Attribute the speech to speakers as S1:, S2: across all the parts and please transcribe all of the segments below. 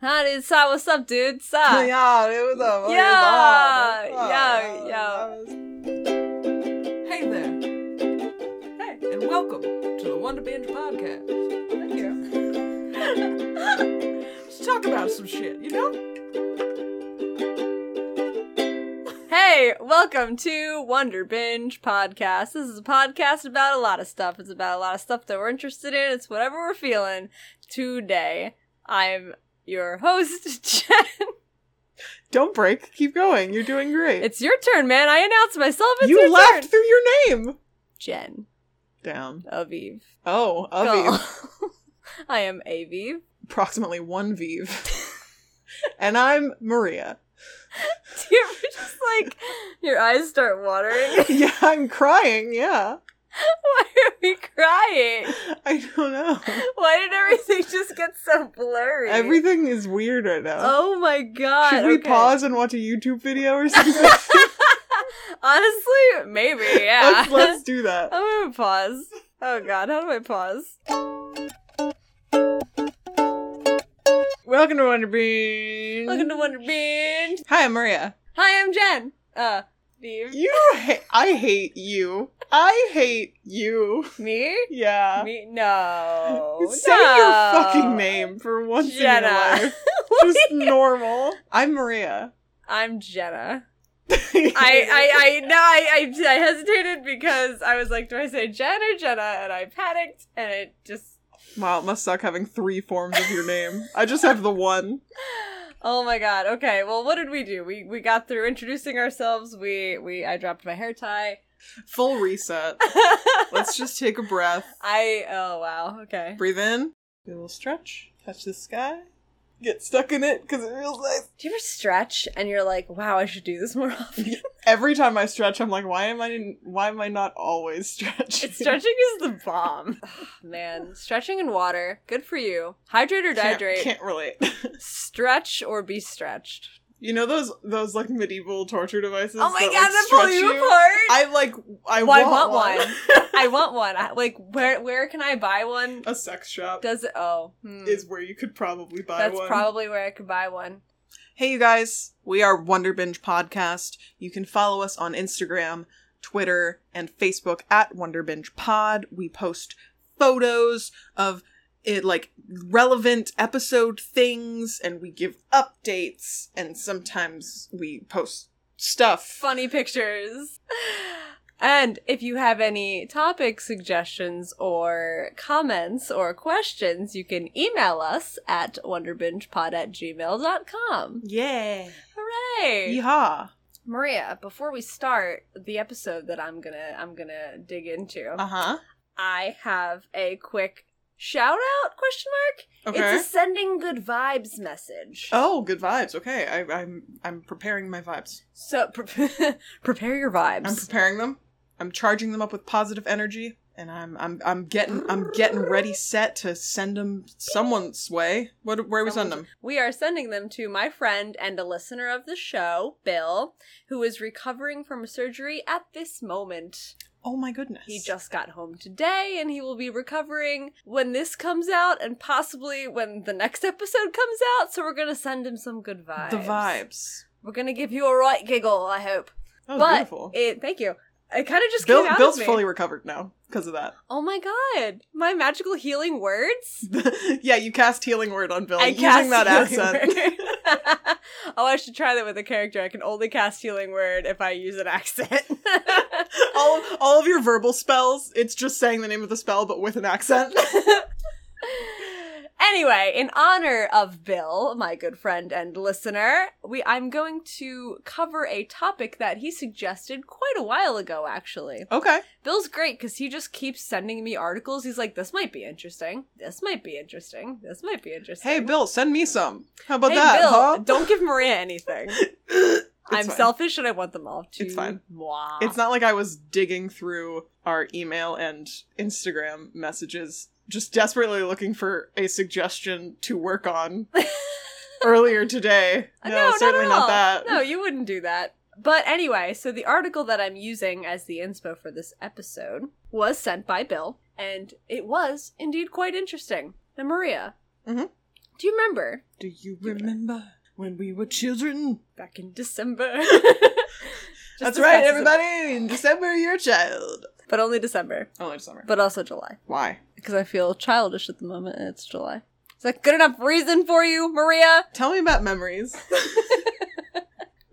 S1: Howdy, Sa, what's up, dude? Sa.
S2: Ja, det was up. Okay,
S1: Yeah,
S2: it's on.
S1: yeah,
S2: It's on.
S3: Hey there. Hey, and welcome to the Wonder Binge podcast. Thank you. Let's talk about some shit, you know?
S1: Hey, welcome to Wonder Binge Podcast. This is a podcast about a lot of stuff. It's about a lot of stuff that we're interested in. It's whatever we're feeling today. I'm your host, Jen.
S2: Don't break. Keep going. You're doing great.
S1: It's your turn, man. I announced myself. It's
S2: you
S1: your turn.
S2: laughed through your name.
S1: Jen
S2: Down.
S1: Aviv.
S2: Oh, Aviv.
S1: Go. I am Aviv.
S2: Approximately one Vive. and I'm Maria.
S1: You're just like your eyes start watering.
S2: Yeah, I'm crying. Yeah.
S1: Why are we crying?
S2: I don't know.
S1: Why did everything just get so blurry?
S2: Everything is weird right now.
S1: Oh my god.
S2: Should we
S1: okay.
S2: pause and watch a YouTube video or something?
S1: Honestly, maybe, yeah.
S2: let's, let's do that.
S1: I'm gonna pause. Oh god, how do I pause?
S2: Welcome to Wonder Bean.
S1: Welcome to Wonder Bean.
S2: Hi, I'm Maria.
S1: Hi, I'm Jen. Uh, Steve.
S2: You ha- I hate you. I hate you.
S1: Me?
S2: Yeah.
S1: Me? No.
S2: Say your
S1: No.
S2: fucking name for once
S1: Jenna.
S2: in your life. Just normal. I'm Maria.
S1: I'm Jenna. I, I, I, no, I, I, I hesitated because I was like, do I say Jen or Jenna? And I panicked, and it just,
S2: Wow, it must suck having three forms of your name. I just have the one.
S1: oh my god. Okay, well, what did we do? We, we got through introducing ourselves. We, we, I dropped my hair tie.
S2: Full reset. Let's just take a breath.
S1: I, oh wow. Okay.
S2: Breathe in. Do a little stretch. Touch the sky. Get stuck in it because it feels nice.
S1: Do you ever stretch and you're like, wow, I should do this more often?
S2: Every time I stretch, I'm like, why am I? why am I not always stretching?
S1: Stretching is the bomb. Man, stretching in water, good for you. Hydrate or
S2: Can't-
S1: dehydrate.
S2: can't relate.
S1: Stretch or be stretched.
S2: You know those those like medieval torture devices?
S1: Oh my
S2: that,
S1: god,
S2: like,
S1: that pull
S2: stretch
S1: you apart.
S2: I like I
S1: Why
S2: want,
S1: want
S2: one.
S1: I want one. I, like, where where can I buy one?
S2: A sex shop
S1: Does it? Oh, hmm.
S2: is where you could probably buy
S1: that's
S2: one.
S1: probably where I could buy one.
S2: hey you guys, we are Wonder Binge Podcast. You can follow us on Instagram, Twitter, and Facebook at Wonder Binge Pod. We post photos of it like relevant episode things and we give updates and sometimes we post stuff.
S1: Funny pictures. And if you have any topic suggestions or comments or questions, you can email us at wonderbingepod at gmail.com.
S2: Yeah.
S1: Hooray!
S2: Yeehaw.
S1: Maria, before we start the episode that I'm gonna I'm gonna dig into,
S2: Uh-huh.
S1: I have a quick shout out question mark?
S2: Okay.
S1: It's a sending good vibes message.
S2: Oh, good vibes. Okay, I, I'm I'm preparing my vibes.
S1: So pre- prepare your
S2: I'm
S1: vibes.
S2: preparing them. I'm charging them up with positive energy, and I'm I'm I'm getting I'm getting ready, set to send them someone's way. What where we send them?
S1: we are sending them to my friend and a listener of the show, Bill, who is recovering from surgery at this moment.
S2: Oh my goodness!
S1: He just got home today and he will be recovering when this comes out and possibly when the next episode comes out. So we're going to send him some good vibes.
S2: the vibes.
S1: We're going to give you a right giggle, I hope.
S2: That was
S1: but
S2: beautiful.
S1: It, thank you. It kind of just came
S2: Bill,
S1: out
S2: Bill's
S1: of me.
S2: fully recovered now because of that.
S1: Oh my god. My magical healing words?
S2: yeah, you cast healing word on Bill
S1: I
S2: using
S1: cast
S2: that
S1: healing
S2: accent.
S1: word. oh, I should try that with a character. I can only cast healing word if I use an accent.
S2: all all of your verbal spells. It's just saying the name of the spell, but with an accent.
S1: anyway, in honor of Bill, my good friend and listener, we I'm going to cover a topic that he suggested quite a while ago actually.
S2: okay.
S1: Bill's great cuz he just keeps sending me articles. He's like this might be interesting. This might be interesting. This might be interesting.
S2: Hey Bill, send me some. How about
S1: hey,
S2: that?
S1: Bill,
S2: huh?
S1: don't give Maria anything.
S2: it's
S1: I'm
S2: fine.
S1: selfish and I want them all to
S2: It's fine.
S1: moi.
S2: It's not like I was digging through our email and Instagram messages, just desperately looking for a suggestion to work on earlier today.
S1: Uh,
S2: No, certainly
S1: at
S2: not
S1: all.
S2: that.
S1: No, you wouldn't do that. But anyway, so the article that I'm using as the inspo for this episode was sent by Bill, and it was indeed quite interesting. Now, Maria,
S2: Mhm.
S1: Do you remember
S2: Do you remember when we were children?
S1: back in December?
S2: That's right, everybody. In December, you're a child.
S1: But only December,
S2: Only December.
S1: but also July,
S2: Why?
S1: because I feel childish at the moment, and it's July. Is that good enough reason for you, Maria?
S2: Tell me about memories.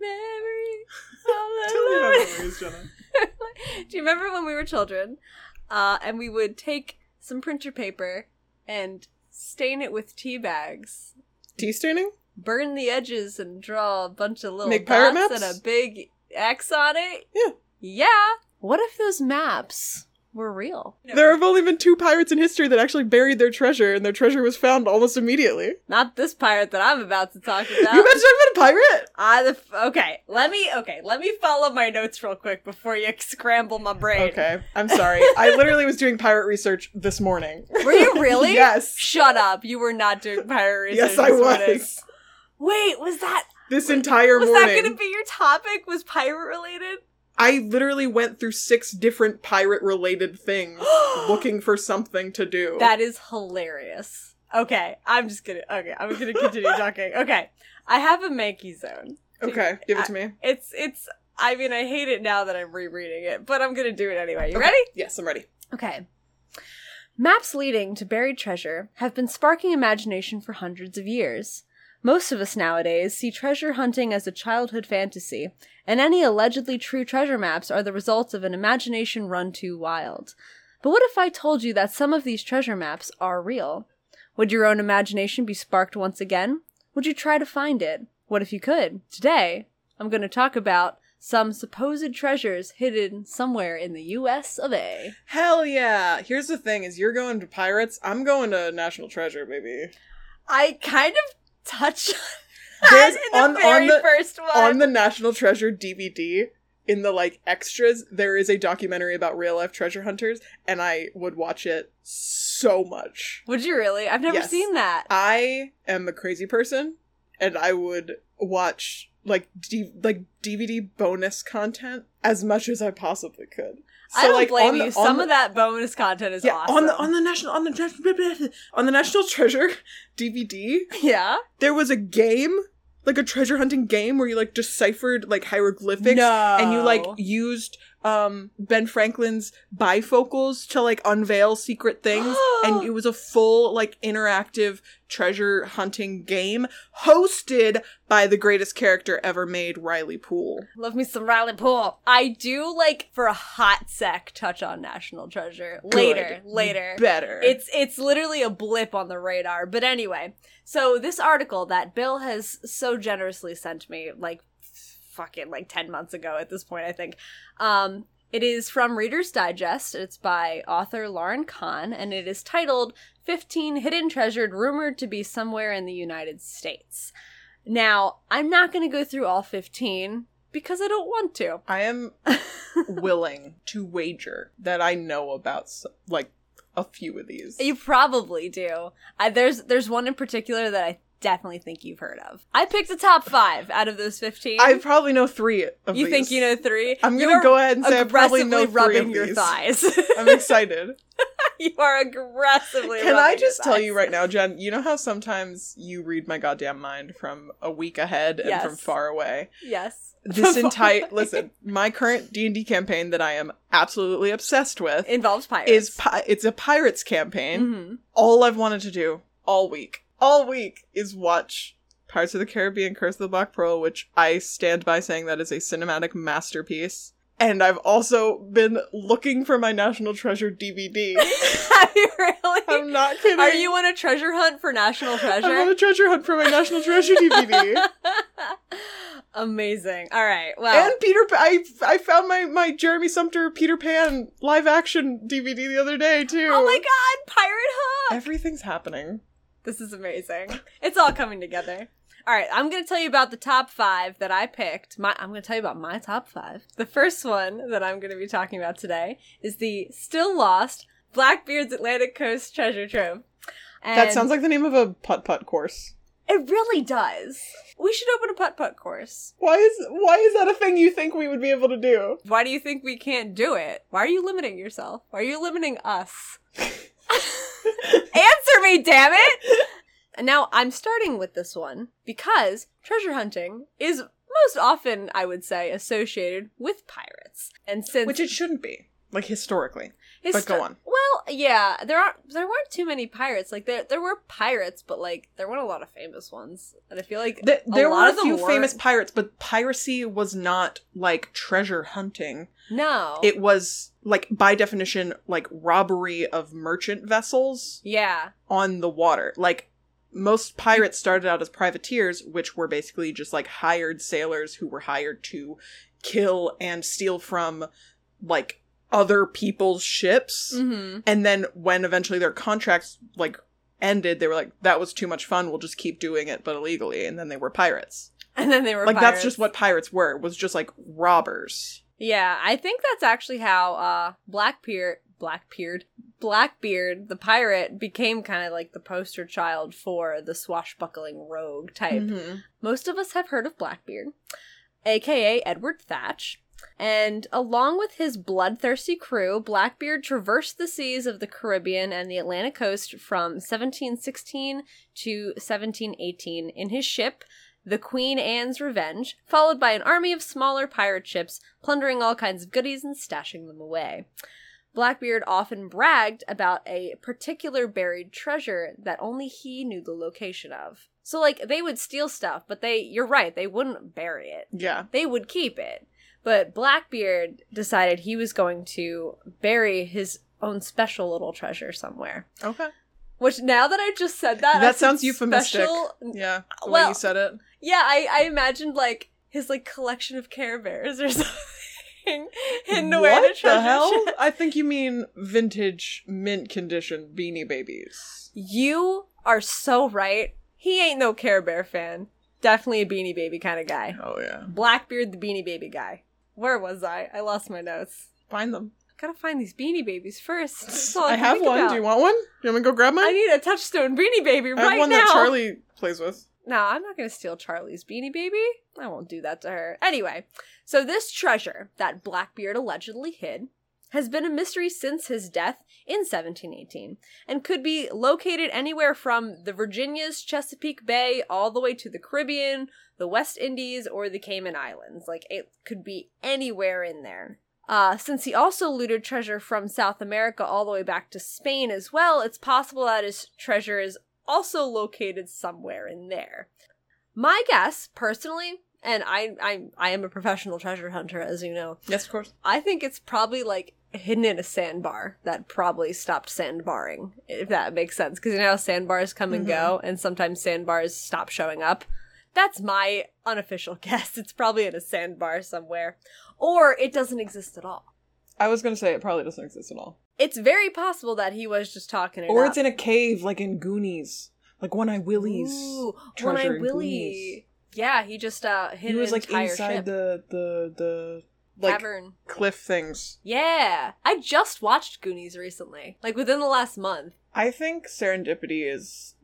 S1: Memories
S2: Tell me
S1: all
S2: about
S1: alone.
S2: memories, Jenna.
S1: Do you remember when we were children, uh, and we would take some printer paper and stain it with tea bags?
S2: Tea staining?
S1: burn the edges and draw a bunch of little
S2: Make pirate
S1: dots
S2: maps?
S1: and a big X on it.
S2: Yeah.
S1: Yeah. What if those maps were real?
S2: There have only been two pirates in history that actually buried their treasure, and their treasure was found almost immediately.
S1: Not this pirate that I'm about to talk about.
S2: You mentioned about a pirate?
S1: I the f- okay. Let me okay. Let me follow my notes real quick before you scramble my brain.
S2: Okay, I'm sorry. I literally was doing pirate research this morning.
S1: Were you really?
S2: yes.
S1: Shut up. You were not doing pirate research.
S2: Yes, I
S1: this morning.
S2: was.
S1: Wait, was that
S2: This entire
S1: was
S2: morning.
S1: that going to be your topic? Was pirate related?
S2: I literally went through six different pirate related things looking for something to do.
S1: That is hilarious. Okay, I'm just gonna. Okay, I'm gonna continue talking. Okay, I have a Mankey zone.
S2: okay, give it to me.
S1: It's it's. I mean, I hate it now that I'm rereading it, but I'm gonna do it anyway. You
S2: Okay.
S1: ready?
S2: Yes, I'm ready.
S1: Okay. Maps leading to buried treasure have been sparking imagination for hundreds of years. Most of us nowadays see treasure hunting as a childhood fantasy, and any allegedly true treasure maps are the results of an imagination run too wild. But what if I told you that some of these treasure maps are real? Would your own imagination be sparked once again? Would you try to find it? What if you could? Today, I'm going to talk about some supposed treasures hidden somewhere in the US of A.
S2: Hell yeah. Here's the thing is you're going to pirates, I'm going to National Treasure, baby.
S1: I kind of touch on that
S2: There's-
S1: in the
S2: on- on
S1: very
S2: the-
S1: first one.
S2: On the National Treasure DVD, in the like extras, there is a documentary about real life treasure hunters, and I would watch it so much.
S1: Would you really? I've never
S2: Yes. Uh,
S1: seen that.
S2: I am a crazy person, and I would watch like D- like DVD bonus content as much as I possibly could.
S1: I don't
S2: like,
S1: blame
S2: on the-
S1: you.
S2: on
S1: Some
S2: the-
S1: of that bonus content is
S2: yeah,
S1: awesome.
S2: on the on the national on the tre- on the National Treasure DVD,
S1: yeah.
S2: there was a game, like a treasure hunting game where you like deciphered like hieroglyphics and you like
S1: No.
S2: used um Ben Franklin's bifocals to like unveil secret things and it was a full like interactive treasure hunting game hosted by the greatest character ever made Riley Poole.
S1: Love me some Riley Poole. I do like for a hot sec touch on National Treasure later.
S2: Good.
S1: Later.
S2: Better.
S1: It's it's literally a blip on the radar. But anyway, so this article that Bill has so generously sent me, like fucking like ten months ago at this point, I think. Um, it is from Reader's Digest. It's by author Lauren Kahn, and it is titled 15 Hidden Treasured Rumored to Be Somewhere in the United States. Now, I'm not going to go through all 15 because I don't want to.
S2: I am willing to wager that I know about s like a few of these.
S1: You probably do. I, there's there's one in particular that I definitely think you've heard of. I picked a top five out of those fifteen.
S2: I probably know 3 of
S1: you
S2: these.
S1: think you know three?
S2: I'm
S1: You
S2: gonna
S1: are
S2: go ahead and say I probably
S1: aggressively
S2: know three
S1: rubbing
S2: of
S1: your
S2: these.
S1: thighs.
S2: I'm excited.
S1: you are aggressively.
S2: Can I
S1: rubbing your
S2: just tell
S1: thighs.
S2: you right now, Jen? You know how sometimes you read my goddamn mind from a week ahead and from
S1: Yes.
S2: far away.
S1: Yes.
S2: This entire listen, my current D and D campaign that I am absolutely obsessed with
S1: involves pirates.
S2: is pi- it's a pirates campaign.
S1: Mhm.
S2: All I've wanted to do all week, all week, is watch Pirates of the Caribbean: Curse of the Black Pearl, which I stand by saying that is a cinematic masterpiece. And I've also been looking for my National Treasure DVD.
S1: Are Mm-hmm. you really?
S2: I'm not kidding.
S1: Are you on a treasure hunt for national treasure?
S2: I'm on a treasure hunt for my National Treasure DVD.
S1: Amazing. All right. Well,
S2: and Peter, Pa- I I found my my Jeremy Sumter Peter Pan live action DVD the other day too.
S1: oh my God, pirate hook.
S2: Everything's happening.
S1: This is amazing. It's all coming together. All right, I'm going to tell you about the top five that I picked. My, I'm going to tell you about my top five. The first one that I'm going to be talking about today is the still lost Blackbeard's Atlantic Coast Treasure Trove. And
S2: that sounds like the name of a putt putt course.
S1: it really does. We should open a putt putt course.
S2: Why is why is that a thing you think we would be able to do?
S1: Why do you think we can't do it? Why are you limiting yourself? Why are you limiting us? Answer me, damn it! And now I'm starting with this one because treasure hunting is most often, I would say, associated with pirates. And since
S2: Which it shouldn't be, like historically.
S1: histo-
S2: but go on.
S1: Well, yeah, there aren't there weren't too many pirates. Like there there were pirates, but like there weren't a lot of famous ones. And I feel like
S2: Th- there
S1: lot
S2: were
S1: of
S2: a
S1: them
S2: few
S1: weren't.
S2: famous pirates, but piracy was not like treasure hunting.
S1: no,
S2: It was like by definition like robbery of merchant vessels
S1: yeah,
S2: on the water. Like most pirates started out as privateers, which were basically just like hired sailors who were hired to kill and steal from like other people's ships.
S1: mm-hmm.
S2: And then when eventually their contracts like ended, they were like, that was too much fun, we'll just keep doing it but illegally. And then they were pirates.
S1: and then they were
S2: like
S1: pirates.
S2: that's just what pirates were, was just like robbers.
S1: Yeah, I think that's actually how uh Blackbeard Blackbeard Blackbeard the pirate became kind of like the poster child for the swashbuckling rogue
S2: Mm-hmm.
S1: type. Most of us have heard of Blackbeard, aka Edward Thatch. And along with his bloodthirsty crew, Blackbeard traversed the seas of the Caribbean and the Atlantic coast from 1716 to 1718 in his ship, the Queen Anne's Revenge, followed by an army of smaller pirate ships, plundering all kinds of goodies and stashing them away. Blackbeard often bragged about a particular buried treasure that only he knew the location of. So, like, they would steal stuff, but they, you're right, they wouldn't bury it
S2: Yeah.
S1: they would keep it. But Blackbeard decided he was going to bury his own special little treasure somewhere.
S2: Okay.
S1: Which now that I just said that, I
S2: that
S1: said
S2: sounds euphemistic.
S1: special-
S2: Yeah. The way
S1: Well-
S2: you said it.
S1: Yeah, I, I imagined like his like collection of Care Bears or something hidden away in
S2: What
S1: a treasure
S2: the hell?
S1: chest.
S2: I think you mean vintage mint condition beanie babies.
S1: You are so right. He ain't no Care Bear fan. Definitely a Beanie Baby kind of guy.
S2: Oh yeah.
S1: Blackbeard, the Beanie Baby guy. Where was I? I lost my notes.
S2: Find them.
S1: Gotta find these beanie babies first. That's all I,
S2: I
S1: can
S2: have
S1: think
S2: one.
S1: about.
S2: Do you want one? You want me to go grab mine?
S1: I need a touchstone beanie baby
S2: I have
S1: right
S2: one
S1: now.
S2: that Charlie plays with.
S1: No, I'm not going to steal Charlie's beanie baby. I won't do that to her. Anyway, so this treasure that Blackbeard allegedly hid has been a mystery since his death in 1718 and could be located anywhere from the Virginias, Chesapeake Bay, all the way to the Caribbean, the West Indies, or the Cayman Islands. Like, it could be anywhere in there. Uh, since he also looted treasure from South America all the way back to Spain as well, it's possible that his treasure is also located somewhere in there. My guess, personally, and I, I, I am a professional treasure hunter, as you know,
S2: Yes, of course.
S1: I think it's probably like hidden in a sandbar that probably stopped sandbarring, if that makes sense. Because you know how sandbars come and go,
S2: Mm-hmm.
S1: and sometimes sandbars stop showing up. That's my unofficial guess. It's probably in a sandbar somewhere, or it doesn't exist at all.
S2: I was gonna say it probably doesn't exist at all.
S1: It's very possible that he was just talking it
S2: Or
S1: up.
S2: it's in a cave, like in Goonies, like One Eye Willie's.
S1: Ooh,
S2: treasure
S1: One Eye
S2: in Goonies.
S1: Willie. Yeah, he just uh, hid
S2: He was
S1: an
S2: like
S1: entire
S2: inside
S1: ship.
S2: the the the like
S1: cavern.
S2: cliff things.
S1: Yeah, I just watched Goonies recently, like within the last month.
S2: I think serendipity is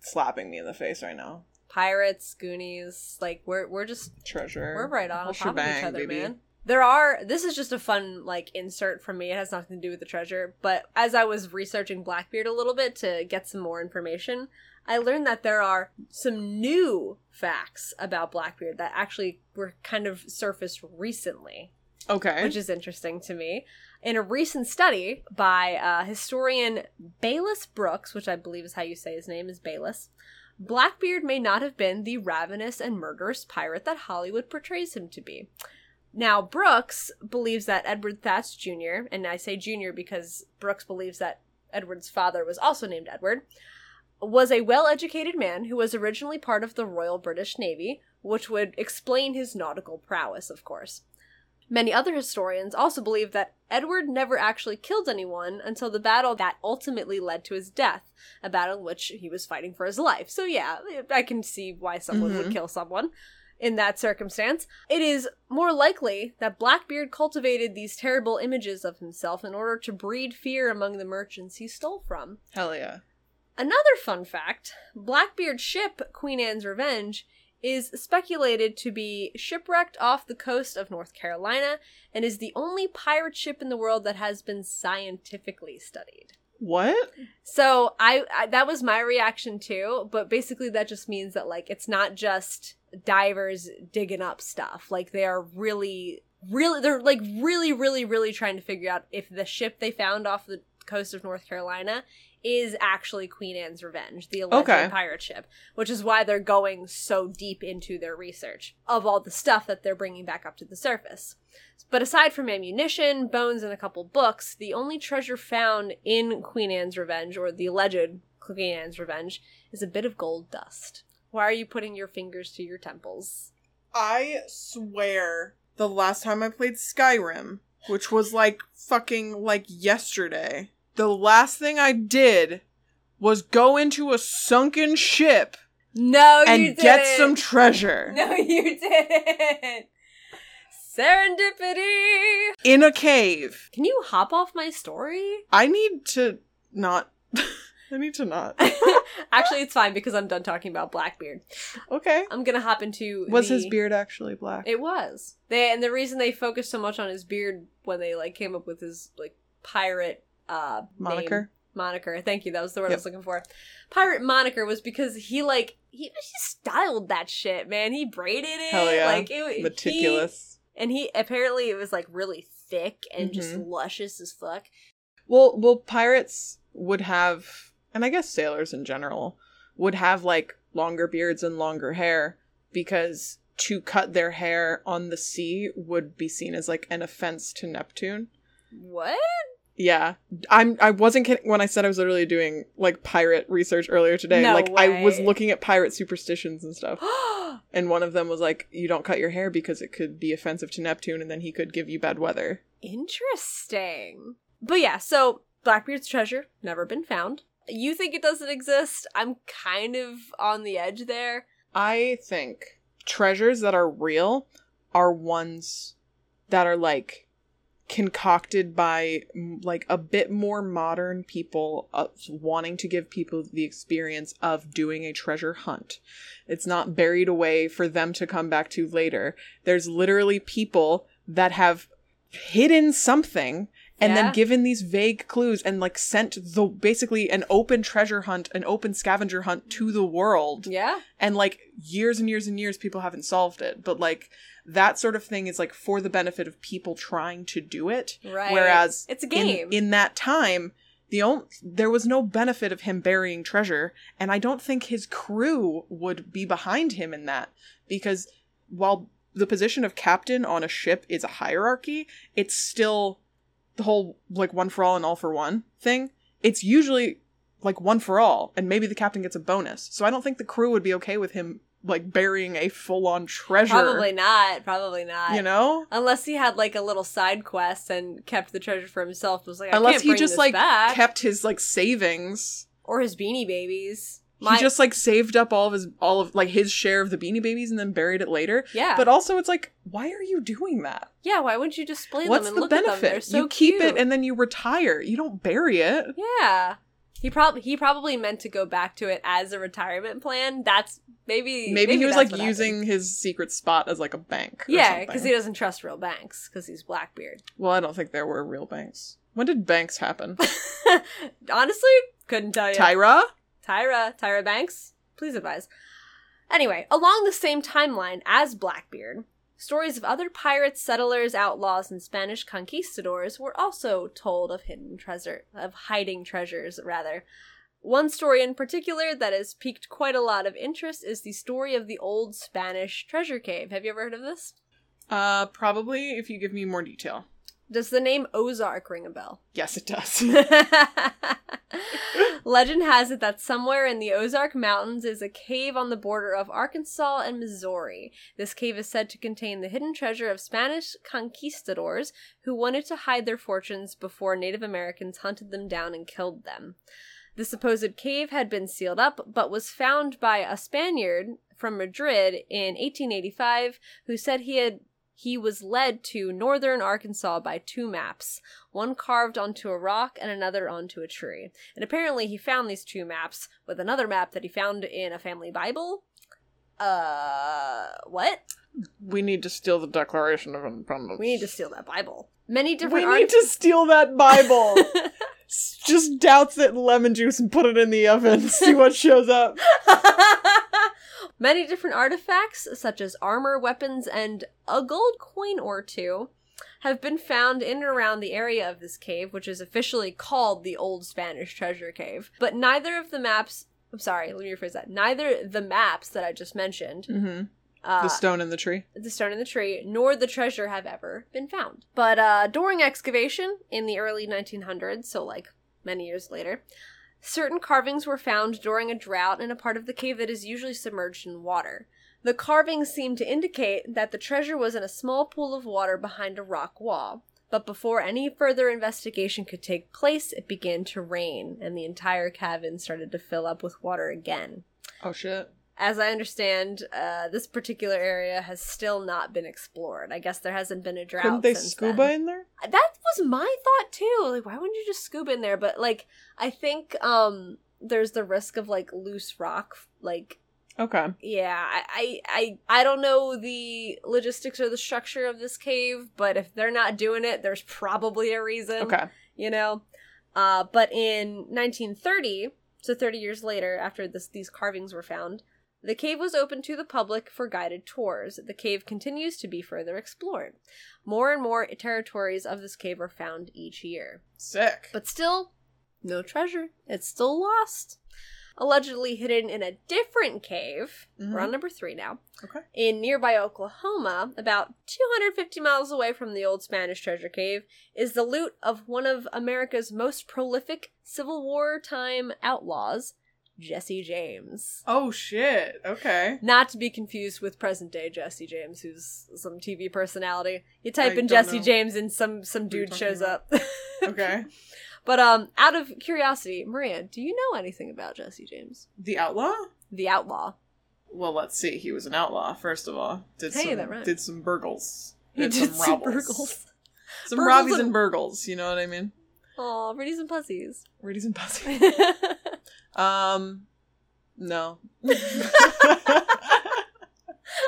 S2: slapping me in the face right now.
S1: pirates, Goonies, like we're we're just
S2: Treasure.
S1: we're right on
S2: Whole
S1: top of each
S2: shebang,
S1: other,
S2: baby.
S1: man. There are this is just a fun like insert from me. It has nothing to do with the treasure, but as I was researching Blackbeard a little bit to get some more information, I learned that there are some new facts about Blackbeard that actually were kind of surfaced recently
S2: Okay.
S1: which is interesting to me. In a recent study by uh, historian Bayless Brooks, which I believe is how you say his name, is Bayless, Blackbeard may not have been the ravenous and murderous pirate that Hollywood portrays him to be. Now, Brooks believes that Edward Thatch Jr., and I say Jr. because Brooks believes that Edward's father was also named Edward, was a well educated man who was originally part of the Royal British Navy, which would explain his nautical prowess, of course. Many other historians also believe that Edward never actually killed anyone until the battle that ultimately led to his death, a battle in which he was fighting for his life. So, yeah, I can see why someone would
S2: Mhm.
S1: kill someone in that circumstance. It is more likely that Blackbeard cultivated these terrible images of himself in order to breed fear among the merchants he stole from.
S2: Hell yeah.
S1: Another fun fact Blackbeard's ship, Queen Anne's Revenge, is speculated to be shipwrecked off the coast of North Carolina and is the only pirate ship in the world that has been scientifically studied.
S2: What?
S1: So I, I that was my reaction too, but basically that just means that like it's not just divers digging up stuff. Like they are really really they're like really really really trying to figure out if the ship they found off the coast of North Carolina is actually Queen Anne's Revenge, the alleged
S2: Okay.
S1: pirate ship, which is why they're going so deep into their research of all the stuff that they're bringing back up to the surface. But aside from ammunition, bones, and a couple books, the only treasure found in Queen Anne's Revenge, or the alleged Queen Anne's Revenge, is a bit of gold dust. Why are you putting your fingers to your temples?
S2: I swear the last time I played Skyrim, which was like fucking like yesterday, the last thing I did was go into a sunken ship
S1: No, Oh, you
S2: and
S1: didn't.
S2: get some treasure
S1: No, you didn't. Serendipity.
S2: in a cave.
S1: Can you hop off my story?
S2: I need to not. I need to not.
S1: actually, it's fine because I'm done talking about Blackbeard.
S2: Okay.
S1: I'm gonna hop into
S2: Was
S1: the-
S2: his beard actually black?
S1: It was. They and the reason they focused so much on his beard when they like came up with his like pirate uh name-
S2: Moniker.
S1: moniker. Thank you. That was the word I
S2: Yep.
S1: was looking for. Pirate moniker was because he like he, he styled that shit, man. He braided it.
S2: Hell yeah.
S1: Like it, he-
S2: Meticulous.
S1: and he apparently it was like really thick and just
S2: Mhm.
S1: luscious as fuck.
S2: Well, well, pirates would have, and I guess sailors in general would have like longer beards and longer hair because to cut their hair on the sea would be seen as like an offense to Neptune.
S1: What?
S2: Yeah, I'm. I wasn't kidding when I said I was literally doing like pirate research earlier today.
S1: No
S2: like I was
S1: way.
S2: looking at pirate superstitions and stuff,
S1: oh
S2: and one of them was like, "You don't cut your hair because it could be offensive to Neptune, and then he could give you bad weather."
S1: Interesting. But yeah, so Blackbeard's treasure never been found. You think it doesn't exist? I'm kind of on the edge there.
S2: I think treasures that are real are ones that are like concocted by m- like a bit more modern people uh, wanting to give people the experience of doing a treasure hunt. It's not buried away for them to come back to later. There's literally people that have hidden something and
S1: Yeah.
S2: then given these vague clues and like sent the basically an open treasure hunt, an open scavenger hunt to the world
S1: Yeah.
S2: and like years and years and years people haven't solved it but like that sort of thing is like for the benefit of people trying to do it
S1: Right.
S2: Whereas
S1: it's a
S2: In-
S1: game.
S2: in, that time the only there was no benefit of him burying treasure and i don't think his crew would be behind him in that because while the position of captain on a ship is a hierarchy it's still the whole like one for all and all for one thing it's usually like one for all and maybe the captain gets a bonus so i don't think the crew would be okay with him like burying a full-on treasure
S1: probably not. Probably not.
S2: you know
S1: Unless he had like a little side quest and kept the treasure for himself, was like, I
S2: unless
S1: can't
S2: he
S1: bring
S2: just
S1: this
S2: like
S1: back.
S2: kept his like savings
S1: or his beanie babies.
S2: he just like saved up all of his all of like his share of the beanie babies and then buried it later.
S1: yeah,
S2: But also it's like, why are you doing that?
S1: yeah. Why wouldn't you display
S2: What's
S1: them and
S2: the
S1: look at them? They're
S2: benefit?
S1: so
S2: you keep
S1: cute.
S2: it and then you retire. You don't bury it.
S1: Yeah. He probably he probably meant to go back to it as a retirement plan. That's maybe
S2: Maybe, he was
S1: that's
S2: like
S1: what
S2: using
S1: happened.
S2: his secret spot as like a bank. Or
S1: Yeah, because he
S2: something.
S1: doesn't trust real banks because he's Blackbeard.
S2: well, I don't think there were real banks. When did banks happen?
S1: Honestly, couldn't tell you.
S2: Tyra.
S1: Tyra, Tyra Banks, please advise. Anyway, along the same timeline as Blackbeard, stories of other pirates, settlers, outlaws, and Spanish conquistadors were also told of hidden treasure, of hiding treasures, rather. One story in particular that has piqued quite a lot of interest is the story of the old Spanish treasure cave. Have you ever heard of this?
S2: Uh, probably if you give me more detail.
S1: Does the name Ozark ring a bell?
S2: Yes, it does.
S1: Legend has it that somewhere in the Ozark Mountains is a cave on the border of Arkansas and Missouri. This cave is said to contain the hidden treasure of Spanish conquistadors who wanted to hide their fortunes before Native Americans hunted them down and killed them. The supposed cave had been sealed up, but was found by a Spaniard from Madrid in 1885 who said he had he was led to northern Arkansas by two maps, one carved onto a rock and another onto a tree. And apparently he found these two maps with another map that he found in a family Bible. Uh, what?
S2: we need to steal the Declaration of Independence.
S1: We need to steal that Bible. Many different
S2: We
S1: art-
S2: need to steal that Bible. s- just douse it in lemon juice and put it in the oven. See what shows up.
S1: Many different artifacts, such as armor, weapons, and a gold coin or two, have been found in and around the area of this cave, which is officially called the Old Spanish Treasure Cave. But neither of the maps. I'm sorry, let me rephrase that. Neither the maps that I just mentioned,
S2: Mm-hmm.
S1: uh,
S2: the stone in the tree.
S1: the stone in the tree, nor the treasure have ever been found. But uh, during excavation in the early 1900s, so like many years later, certain carvings were found during a drought in a part of the cave that is usually submerged in water. The carvings seem to indicate that the treasure was in a small pool of water behind a rock wall. But before any further investigation could take place, it began to rain, and the entire cavern started to fill up with water again.
S2: Oh shit.
S1: As I understand, uh, this particular area has still not been explored. I guess there hasn't been a drought.
S2: Couldn't they
S1: since
S2: scuba
S1: then.
S2: in there?
S1: That was my thought too. Like, why wouldn't you just scuba in there? But like, I think um, there's the risk of like loose rock. Like,
S2: Okay.
S1: yeah, I, I, I, I don't know the logistics or the structure of this cave, but if they're not doing it, there's probably a reason
S2: Okay.
S1: you know uh, but in 1930 so 30 years later after this, these carvings were found the cave was open to the public for guided tours the cave continues to be further explored more and more territories of this cave are found each year
S2: Sick.
S1: but still no treasure it's still lost allegedly hidden in a different cave we're on number three now
S2: Mm-hmm. Okay.
S1: in nearby Oklahoma, about 250 miles away from the old Spanish treasure cave, is the loot of one of America's most prolific Civil War time outlaws, Jesse James.
S2: Oh shit. Okay.
S1: Not to be confused with present day Jesse James, who's some TV personality. You type
S2: I
S1: in
S2: don't
S1: Jesse
S2: know.
S1: James and some, some
S2: you're
S1: dude
S2: talking
S1: shows
S2: about.
S1: up.
S2: Okay.
S1: But um, out of curiosity, Maria, do you know anything about Jesse James?
S2: the outlaw?
S1: The outlaw.
S2: Well, let's see. He was an outlaw, first of all. Did
S1: Hey,
S2: some
S1: that rhymes.
S2: did some burgles.
S1: He did some
S2: robbles.
S1: burgles.
S2: Some
S1: Burgles
S2: robbies
S1: and-
S2: and burgles, you know what I mean?
S1: Aw, Ritties and Pussies.
S2: Ritties and pussies. Um, no.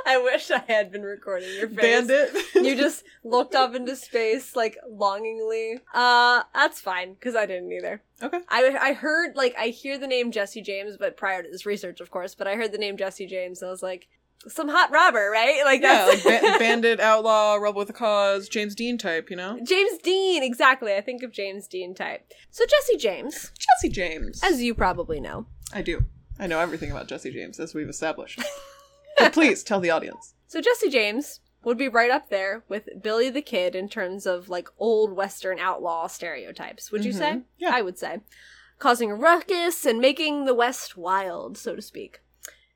S1: I wish I had been recording your face.
S2: Bandit.
S1: You just looked up into space like longingly. Uh, that's fine because I didn't either.
S2: Okay.
S1: I I heard like I hear the name Jesse James, but prior to this research, of course. But I heard the name Jesse James, and I was like, some hot robber, right? Like
S2: yeah, like
S1: that's
S2: ba- bandit, outlaw, rebel with a cause, James Dean type, you know.
S1: James Dean, exactly. I think of James Dean type. So Jesse James,
S2: Jesse James.
S1: as you probably know,
S2: I do. I know everything about Jesse James, as we've established. but please tell the audience.
S1: So Jesse James would be right up there with Billy the Kid in terms of like old Western outlaw stereotypes, would you say?
S2: Mhm. Yeah.
S1: I would say. Causing a ruckus and making the West wild, so to speak.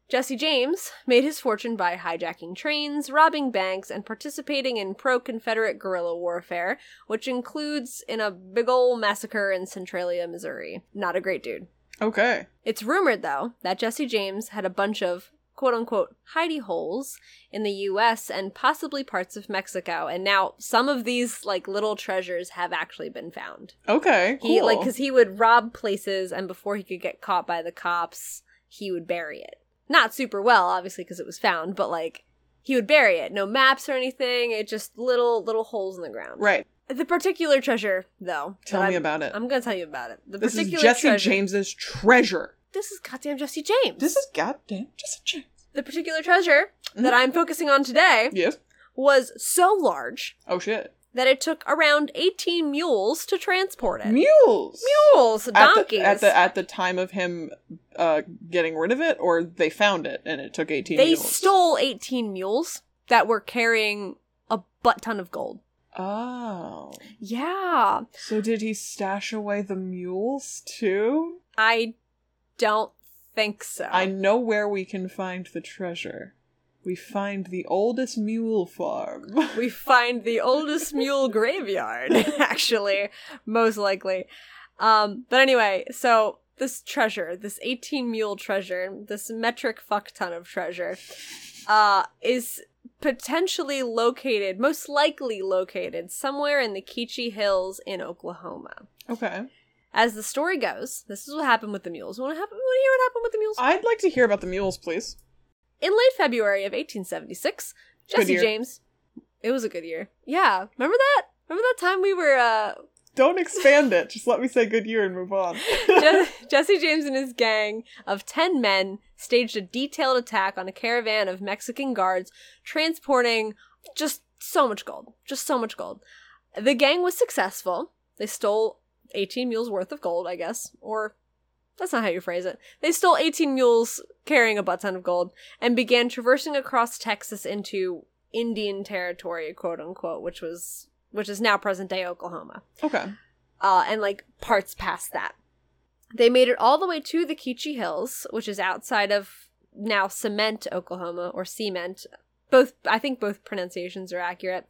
S1: Jesse James made his fortune by hijacking trains, robbing banks, and participating in pro Confederate guerrilla warfare, which includes in a big ol' massacre in Centralia, Missouri. Not a great dude.
S2: Okay.
S1: It's rumored, though, that Jesse James had a bunch of quote unquote hidey holes in the US and possibly parts of Mexico. And now some of these like little treasures have actually been found.
S2: Okay. Cool.
S1: He like cuz he would rob places and before he could get caught by the cops, he would bury it. Not super well, obviously cuz it was found, but like he would bury it. No maps or anything. It just little little holes in the ground.
S2: right.
S1: The particular treasure though.
S2: Tell
S1: that
S2: me
S1: I'm,
S2: about it.
S1: I'm going to tell you about it. The
S2: this is
S1: particular
S2: Jesse
S1: treasure-
S2: James's treasure.
S1: This is goddamn Jesse James.
S2: This is goddamn Jesse James.
S1: The particular treasure
S2: Mhm.
S1: that I'm focusing on today
S2: Yes.
S1: was so large
S2: Oh shit.
S1: that it took around 18 mules to transport it.
S2: Mules.
S1: Mules,
S2: At the,
S1: Uh, donkeys.
S2: at the at the time of him uh getting rid of it, or they found it and it took eighteen.
S1: they
S2: mules?
S1: stole 18 mules that were carrying a butt ton of gold.
S2: Oh.
S1: Yeah.
S2: So did he stash away the mules too?
S1: I don't think so.
S2: I know where we can find the treasure. We find the oldest mule farm.
S1: we find the oldest mule graveyard, actually, most likely. Um, but anyway, so this treasure, this 18 mule treasure, this metric fuck ton of treasure, uh, is potentially located, most likely located, somewhere in the Keechee Hills in Oklahoma.
S2: okay.
S1: As the story goes, this is what happened with the mules. Want to happen? Want to hear what happened with the mules?
S2: I'd like to hear about the mules, please.
S1: In late February of 1876,
S2: Good
S1: Jesse
S2: year.
S1: James. It was a good year. Yeah, remember that? Remember that time we were uh
S2: Don't expand it. Just let me say good year and move on.
S1: Je- Jesse James and his gang of 10 men staged a detailed attack on a caravan of Mexican guards transporting just so much gold. Just so much gold. The gang was successful. They stole 18 mules worth of gold, I guess. Or that's not how you phrase it. They stole 18 mules carrying a butt ton of gold and began traversing across Texas into Indian territory, quote unquote, which was which is now present day Oklahoma
S2: Okay.
S1: uh, and like parts past that. They made it all the way to the Keechee Hills, which is outside of now Cement, Oklahoma, or Cement. Both, I think, both pronunciations are accurate.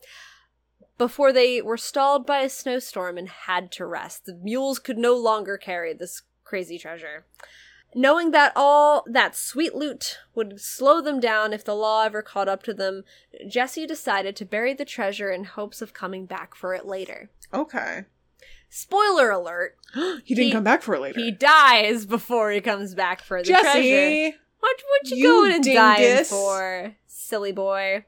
S1: Before they were stalled by a snowstorm and had to rest, the mules could no longer carry this crazy treasure. Knowing that all that sweet loot would slow them down if the law ever caught up to them, Jesse decided to bury the treasure in hopes of coming back for it later.
S2: Okay.
S1: Spoiler alert,
S2: he didn't
S1: He-
S2: come back for it later.
S1: he dies before he comes back for the treasure.
S2: Jesse.
S1: What would you,
S2: You
S1: go in and die
S2: dingus.
S1: for, silly boy?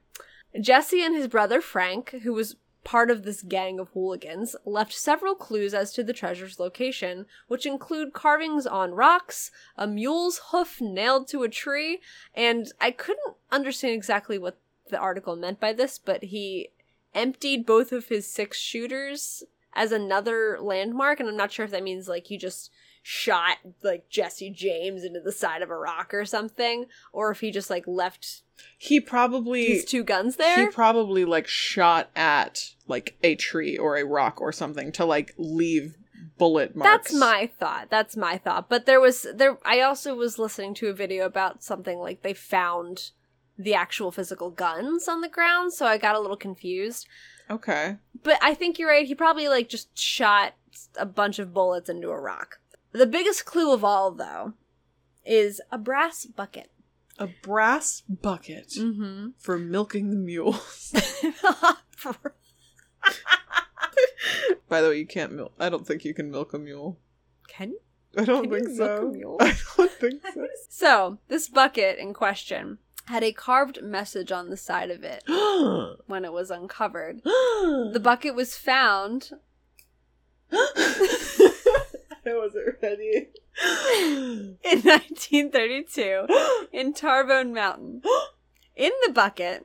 S1: Jesse and his brother Frank, who was part of this gang of hooligans, left several clues as to the treasure's location, which include carvings on rocks, a mule's hoof nailed to a tree, and I couldn't understand exactly what the article meant by this, but he emptied both of his six shooters as another landmark, and I'm not sure if that means like he just shot like Jesse James into the side of a rock or something, or if he just like left
S2: He probably
S1: his two guns
S2: he
S1: there.
S2: probably like shot at like a tree or a rock or something to like leave bullet marks.
S1: That's my thought. That's my thought. But there was there I also was listening to a video about something like they found the actual physical guns on the ground, so I got a little confused.
S2: Okay.
S1: But I think you're right. He probably like just shot a bunch of bullets into a rock. The biggest clue of all though is a brass bucket.
S2: A brass bucket
S1: Mhm.
S2: for milking the mules. By the way, you can't milk. I don't think you can milk a mule.
S1: Can you
S2: I don't
S1: Can you
S2: think
S1: milk
S2: so.
S1: a mule?
S2: I don't think
S1: So, this bucket in question had a carved message on the side of it
S2: so.
S1: when it was uncovered. The
S2: the
S1: bucket was found.
S2: I wasn't ready.
S1: In 1932, in Tarbone Mountain. In the bucket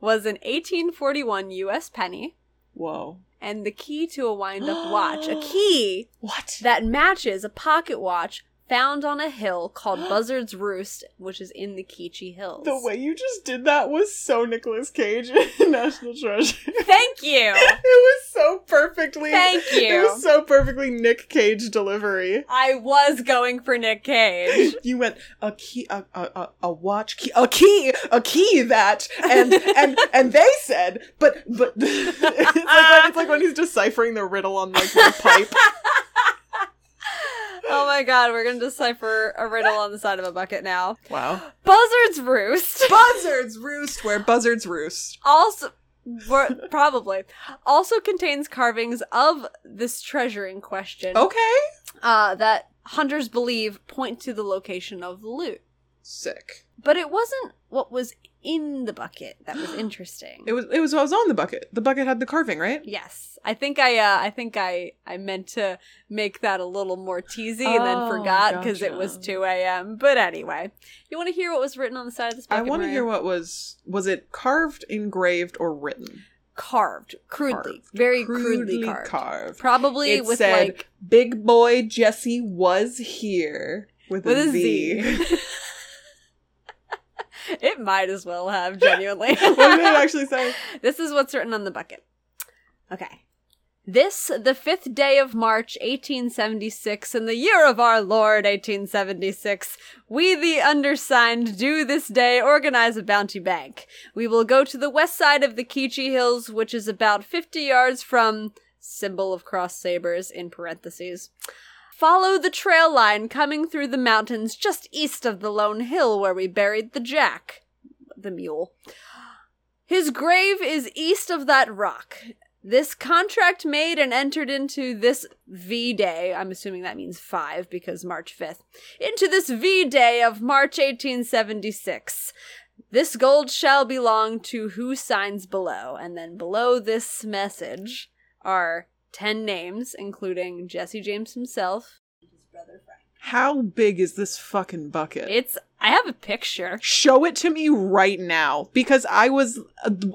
S1: was an 1841 US penny
S2: Whoa.
S1: and the key to a wind up watch. A key
S2: What?
S1: that matches a pocket watch found on a hill called Buzzard's Roost, which is in the Keechee Hills.
S2: The way you just did that was so Nicolas Cage in National Treasure.
S1: Thank you!
S2: it was so perfectly.
S1: Thank you.
S2: It was so perfectly Nick Cage delivery.
S1: I was going for Nick Cage.
S2: You went a key, a, a, a- a watch key, a key, a key that, and and and they said, but but it's, like when, it's like when he's deciphering the riddle on like the pipe.
S1: oh my god, we're gonna decipher a riddle on the side of a bucket now.
S2: Wow.
S1: Buzzard's Roost.
S2: Buzzards roost where buzzards roost.
S1: Also, wor- probably, also contains carvings of this treasure in question
S2: Okay.
S1: uh, that hunters believe point to the location of the loot.
S2: Sick.
S1: But it wasn't what was in the bucket that was interesting.
S2: It was it was what was on the bucket. The bucket had the carving, right?
S1: Yes, I think I uh, I think I I meant to make that a little more teasy and then
S2: Oh,
S1: forgot because it
S2: gotcha.
S1: was two a.m. But anyway, you want to hear what was written on the side of this?
S2: I
S1: bucket,
S2: want to
S1: Maria?
S2: hear what was was it carved, engraved, or written?
S1: carved, crudely,
S2: Carved.
S1: very crudely, carved. Probably
S2: It
S1: with
S2: said
S1: like
S2: Big boy Jesse was here with,
S1: with a
S2: a Z.
S1: Z. it might as well have genuinely.
S2: what did it actually say?
S1: This is what's written on the bucket. Okay. This, the fifth day of March, 1876, in the year of our Lord, 1876, we, the undersigned, do this day organize a bounty bank. We will go to the west side of the Keechee Hills, which is about 50 yards from symbol of cross sabers in parentheses. Follow the trail line coming through the mountains just east of the lone hill where we buried the jack, the mule. His grave is east of that rock. This contract made and entered into this V Day, I'm assuming that means 5 because March 5th, into this V Day of March 1876. This gold shall belong to who signs below, and then below this message are 10 names, including Jesse James himself and his brother Frank.
S2: How big is this fucking bucket?
S1: It's, I have a picture.
S2: Show it to me right now because I was,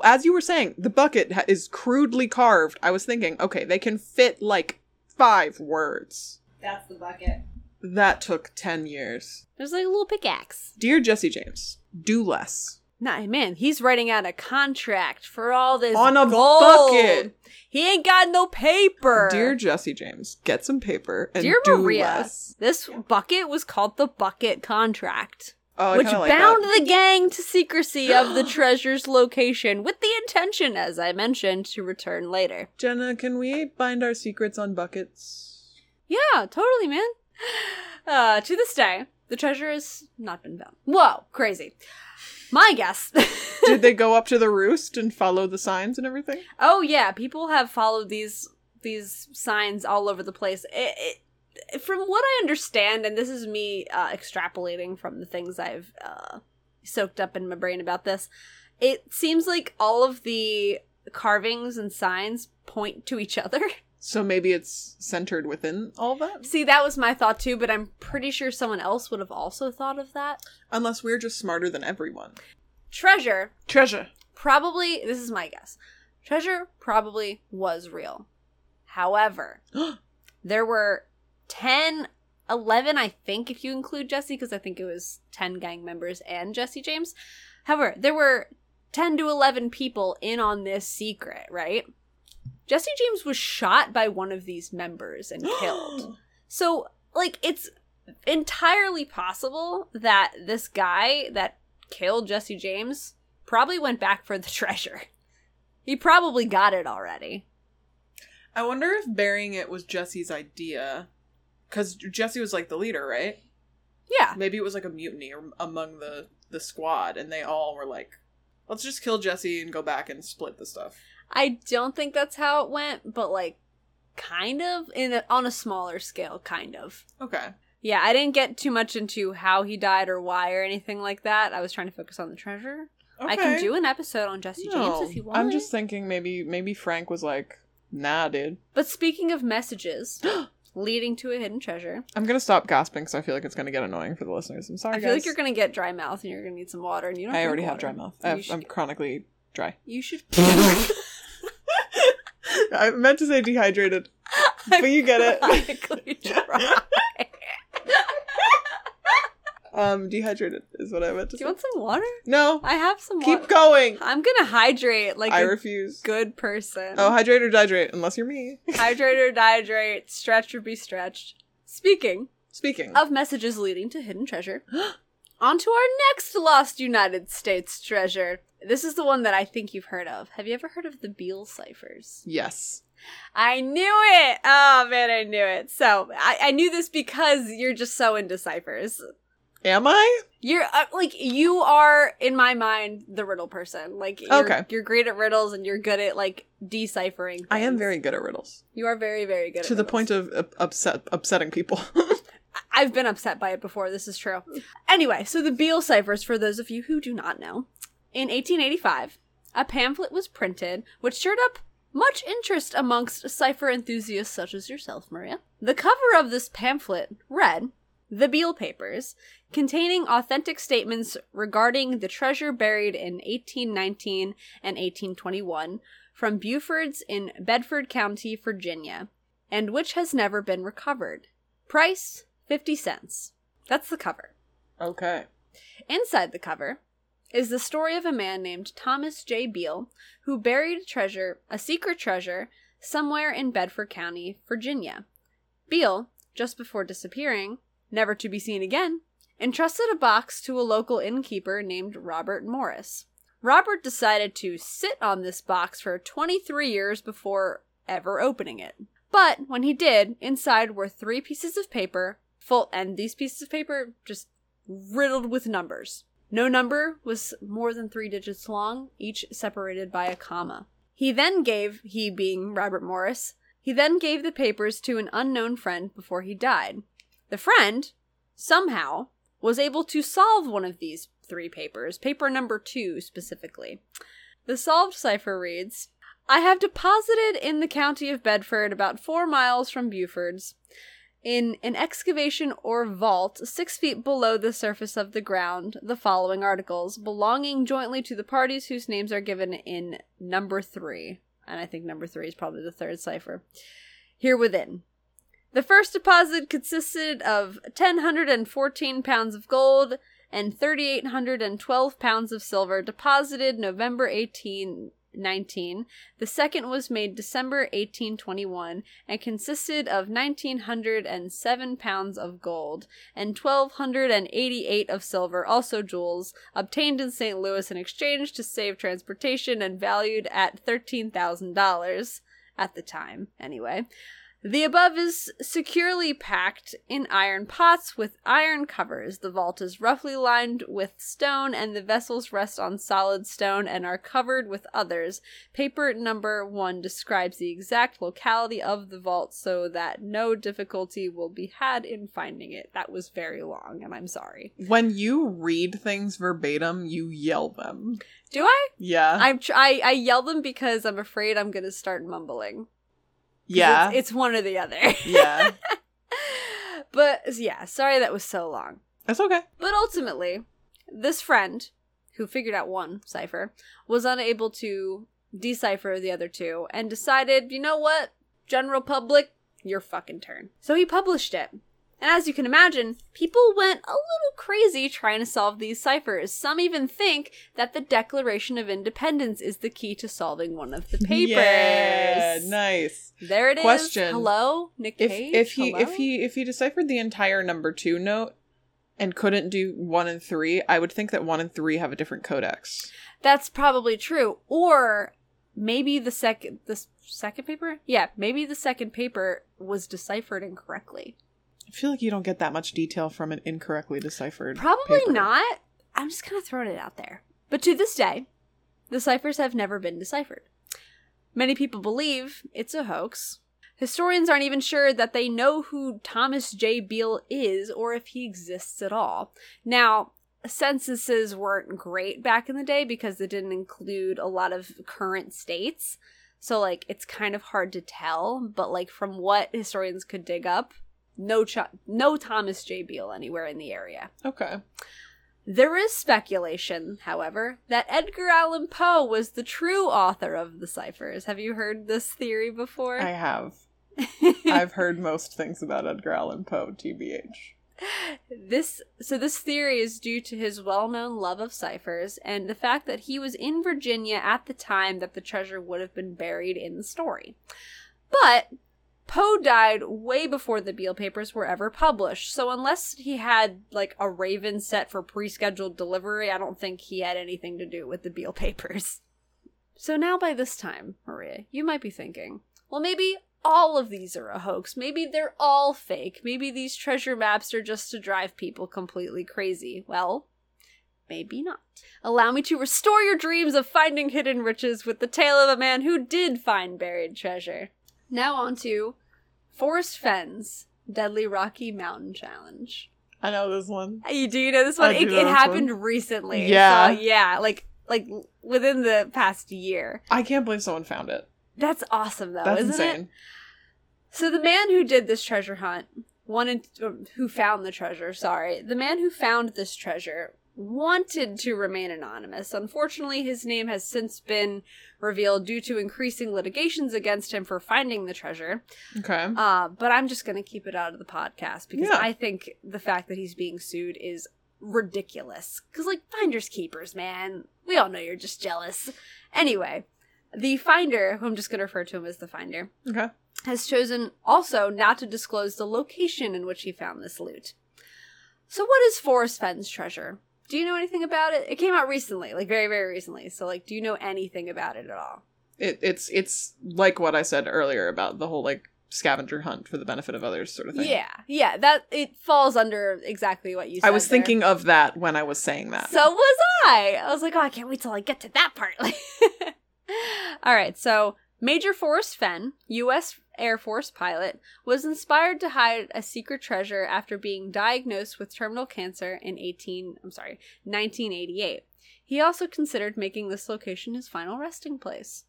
S2: as you were saying, the bucket ha- is crudely carved. I was thinking, okay, they can fit like five words.
S1: That's the bucket.
S2: That took 10 years.
S1: There's like a little pickaxe.
S2: Dear Jesse James, do less.
S1: Nah, man, he's writing out a contract for all this
S2: On a
S1: gold.
S2: bucket.
S1: He ain't got no paper.
S2: Dear Jesse James, get some paper and
S1: Dear
S2: do
S1: Maria,
S2: less.
S1: this bucket was called the bucket contract.
S2: Oh, I
S1: which
S2: kinda like
S1: bound
S2: that.
S1: the gang to secrecy of the treasure's location with the intention, as I mentioned, to return later.
S2: Jenna, can we bind our secrets on buckets?
S1: Yeah, totally, man. Uh, to this day, the treasure has not been found. Whoa, crazy. My guess.
S2: Did they go up to the roost and follow the signs and everything?
S1: oh yeah, people have followed these these signs all over the place. It, it, from what I understand, and this is me uh, extrapolating from the things I've uh, soaked up in my brain about this, it seems like all of the carvings and signs point to each other.
S2: So maybe it's centered within all that?
S1: See, that was my thought too, but I'm pretty sure someone else would have also thought of that.
S2: Unless we're just smarter than everyone.
S1: Treasure
S2: Treasure.
S1: probably, this is my guess, treasure probably was real. However, there were 10, 11, I think, if you include Jesse, because I think it was 10 gang members and Jesse James. However, there were 10 to 11 people in on this secret, right? Jesse James was shot by one of these members and killed. So, like, it's entirely possible that this guy that killed Jesse James probably went back for the treasure. He probably got it already.
S2: I wonder if burying it was Jesse's idea. Because Jesse was like the leader, right?
S1: Yeah.
S2: Maybe it was like a mutiny or- among the, the squad, and they all were like, let's just kill Jesse and go back and split the stuff.
S1: I don't think that's how it went, but like kind of in a, on a smaller scale kind of.
S2: Okay.
S1: Yeah, I didn't get too much into how he died or why or anything like that. I was trying to focus on the treasure. I can
S2: Okay.
S1: do an episode on Jesse
S2: No,
S1: James if you want.
S2: I'm just thinking maybe maybe Frank was like, nah, dude.
S1: But speaking of messages leading to a hidden treasure,
S2: I'm gonna stop gasping because I feel like it's gonna get annoying for the listeners. I'm sorry,
S1: I feel
S2: guys.
S1: like you're gonna get dry mouth and you're gonna need some water, and you don't.
S2: I
S1: drink
S2: already have
S1: water.
S2: dry mouth.
S1: You
S2: I've,
S1: should-
S2: I'm chronically dry.
S1: You should.
S2: I meant to say dehydrated, but you get it.
S1: Chronically dry.
S2: Um, dehydrated is what I meant
S1: Do
S2: to say.
S1: you want some water?
S2: no,
S1: I have some.
S2: keep
S1: water.
S2: going.
S1: I'm gonna hydrate like
S2: I
S1: a
S2: refuse.
S1: good person.
S2: Oh, hydrate or dehydrate, unless you're me.
S1: hydrate or dehydrate. Stretch or be stretched. Speaking
S2: Speaking.
S1: of messages leading to hidden treasure, on to our next lost United States treasure. This is the one that I think you've heard of. Have you ever heard of the Beale ciphers?
S2: yes.
S1: I knew it. Oh man, I knew it. So I, I knew this because you're just so into ciphers.
S2: Am I?
S1: You're uh, like you are in my mind the riddle person. Like you're,
S2: Okay.
S1: you're great at riddles and you're good at like deciphering.
S2: I am
S1: things.
S2: very good at riddles.
S1: You are very very good.
S2: to the point of uh, upset upsetting people.
S1: I've been upset by it before. This is true. Anyway, so the Beale ciphers, for those of you who do not know, in 1885, a pamphlet was printed which stirred up much interest amongst cipher enthusiasts such as yourself, Maria. The cover of this pamphlet read The Beale Papers, containing authentic statements regarding the treasure buried in 1819 and 1821 from Buford's in Bedford County, Virginia, and which has never been recovered. Price 50 cents. That's the cover.
S2: okay.
S1: Inside the cover is the story of a man named Thomas J. Beale who buried a treasure, a secret treasure, somewhere in Bedford County, Virginia. Beale, just before disappearing, never to be seen again, entrusted a box to a local innkeeper named Robert Morris. Robert decided to sit on this box for 23 years before ever opening it. But when he did, inside were three pieces of paper, full, and these pieces of paper just riddled with numbers. No number was more than three digits long, each separated by a comma. He then gave, he being Robert Morris, he then gave the papers to an unknown friend before he died. The friend, somehow, was able to solve one of these three papers, paper number two specifically. The solved cipher reads I have deposited in the county of Bedford, about four miles from Buford's, in an excavation or vault six feet below the surface of the ground, the following articles belonging jointly to the parties whose names are given in number three. And I think number three is probably the third cipher. Here within. The first deposit consisted of 1,014 pounds of gold, and 3,812 pounds of silver deposited November 18, 19. The second was made December 1821 and consisted of 1,907 pounds of gold and 1,288 of silver, also jewels, obtained in St. Louis in exchange to save transportation and valued at $13,000 at the time, anyway. The above is securely packed in iron pots with iron covers. The vault is roughly lined with stone, and the vessels rest on solid stone and are covered with others. Paper number one describes the exact locality of the vault so that no difficulty will be had in finding it. That was very long, and I'm sorry.
S2: When you read things verbatim, you yell them.
S1: Do I?
S2: Yeah.
S1: I'm tr- I, I yell them because I'm afraid I'm going to start mumbling. 'Cause
S2: yeah.
S1: It's, it's one or the other.
S2: yeah.
S1: but yeah, sorry that was so long.
S2: That's okay.
S1: But ultimately, this friend, who figured out one cipher, was unable to decipher the other two and decided, you know what, general public, your fucking turn. So he published it. And as you can imagine, people went a little crazy trying to solve these ciphers. Some even think that the Declaration of Independence is the key to solving one of the papers.
S2: Yeah, nice.
S1: There it is.
S2: Question.
S1: Hello, Nick
S2: If
S1: Cage.
S2: if he
S1: Hello?
S2: if he if he deciphered the entire number two note and couldn't do one and three, I would think that one and three have a different codex.
S1: That's probably true. Or maybe the second the s- second paper? Yeah, maybe the second paper was deciphered incorrectly.
S2: I feel like you don't get that much detail from an incorrectly deciphered.
S1: Probably
S2: paper.
S1: not. I'm just kind of throwing it out there. But to this day, the ciphers have never been deciphered. Many people believe it's a hoax. Historians aren't even sure that they know who Thomas J. Beale is or if he exists at all. Now, censuses weren't great back in the day because they didn't include a lot of current states. So, like, it's kind of hard to tell, but, like, from what historians could dig up, no, Ch- no Thomas J. Beale anywhere in the area.
S2: Okay.
S1: There is speculation, however, that Edgar Allan Poe was the true author of the ciphers. Have you heard this theory before?
S2: I have. I've heard most things about Edgar Allan Poe, TBH.
S1: this so this theory is due to his well-known love of ciphers and the fact that he was in Virginia at the time that the treasure would have been buried in the story. But Poe died way before the Beale papers were ever published. So unless he had like a raven set for pre-scheduled delivery, I don't think he had anything to do with the Beale papers. So now by this time, Maria, you might be thinking, well maybe all of these are a hoax. Maybe they're all fake. Maybe these treasure maps are just to drive people completely crazy. Well, maybe not. Allow me to restore your dreams of finding hidden riches with the tale of a man who did find buried treasure. Now on to Forest Fens Deadly Rocky Mountain Challenge.
S2: I know this one.
S1: Uh, You do you know this
S2: I
S1: one? It,
S2: do know
S1: it
S2: this
S1: happened recently.
S2: Yeah.
S1: So, yeah, like like within the past year.
S2: I can't believe someone found it.
S1: That's awesome though,
S2: That's
S1: Oh, isn't it?
S2: insane.
S1: So the man who did this treasure hunt wanted um, who found the treasure, sorry. The man who found this treasure wanted to remain anonymous. Unfortunately, his name has since been revealed due to increasing litigations against him for finding the treasure.
S2: Okay.
S1: Uh, but I'm just going to keep it out of the podcast because
S2: Yeah.
S1: I think the fact that he's being sued is ridiculous. Because, like, finders keepers, man. We all know you're just jealous. Anyway, the finder, who I'm just going to refer to him as the finder,
S2: Okay.
S1: has chosen also not to disclose the location in which he found this loot. So, what is Forrest Fenn's treasure? Do you know anything about it? It came out recently, like very, very recently. So, like, do you know anything about it at all?
S2: It, it's it's like what I said earlier about the whole like scavenger hunt for the benefit of others sort of thing.
S1: Yeah, yeah. That it falls under exactly what you said.
S2: I was
S1: there.
S2: thinking of that when I was saying that.
S1: So was I. I was like, oh, I can't wait till I get to that part. All right, so Major Forrest Fenn, U.S. Air Force pilot, was inspired to hide a secret treasure after being diagnosed with terminal cancer in 18, I'm sorry, 1988. He also considered making this location his final resting place.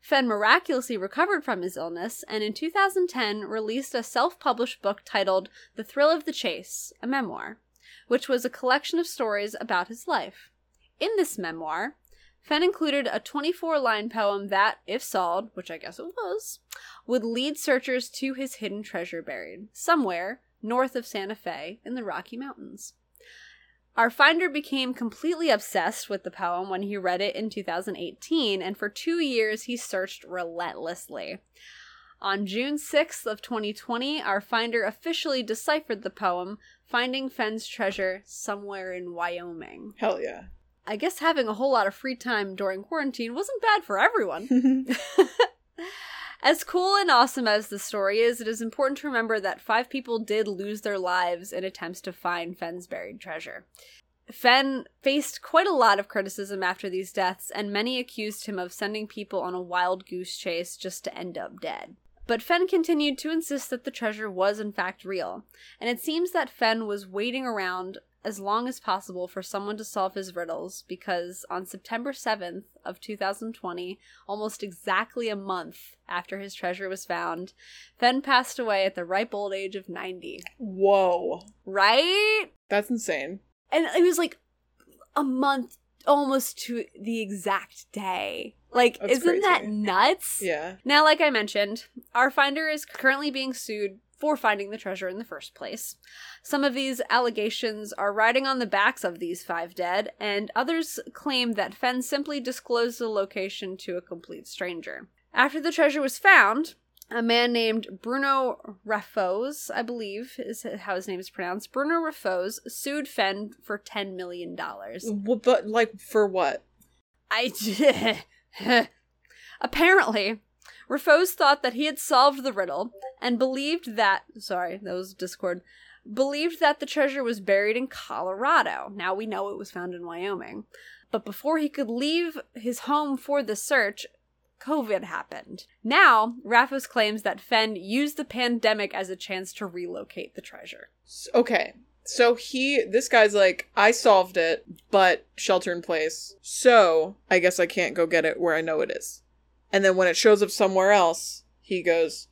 S1: Fenn miraculously recovered from his illness and in 2010 released a self published book titled The Thrill of the Chase, a memoir, which was a collection of stories about his life. In this memoir, Fenn included a 24 line poem that, if solved, which I guess it was, would lead searchers to his hidden treasure buried somewhere north of Santa Fe in the Rocky Mountains. Our finder became completely obsessed with the poem when he read it in 2018, and for two years he searched relentlessly. On June 6th of 2020, our finder officially deciphered the poem, finding Fenn's treasure somewhere in Wyoming.
S2: Hell yeah.
S1: I guess having a whole lot of free time during quarantine wasn't bad for everyone. as cool and awesome as the story is, it is important to remember that five people did lose their lives in attempts to find Fenn's buried treasure. Fenn faced quite a lot of criticism after these deaths, and many accused him of sending people on a wild goose chase just to end up dead. But Fenn continued to insist that the treasure was in fact real, and it seems that Fenn was waiting around as long as possible for someone to solve his riddles because on September 7th of 2020, almost exactly a month after his treasure was found, Fenn passed away at the ripe old age of 90.
S2: Whoa.
S1: Right?
S2: That's insane.
S1: And it was like a month almost to the exact day. Like,
S2: That's
S1: isn't that
S2: crazy.
S1: nuts?
S2: Yeah.
S1: Now, like I mentioned, our finder is currently being sued for finding the treasure in the first place. Some of these allegations are riding on the backs of these five dead, and others claim that Fenn simply disclosed the location to a complete stranger. After the treasure was found, a man named Bruno Raffos, I believe is how his name is pronounced, Bruno Raffos sued Fenn for $10 million.
S2: W- But, like, for what?
S1: I. Apparently, Rafos thought that he had solved the riddle and believed that. Sorry, that was Discord. Believed that the treasure was buried in Colorado. Now we know it was found in Wyoming. But before he could leave his home for the search, COVID happened. Now, Rafos claims that Fenn used the pandemic as a chance to relocate the treasure.
S2: S- Okay. So he, this guy's like, I solved it, but shelter in place. So I guess I can't go get it where I know it is. And then when it shows up somewhere else, he goes,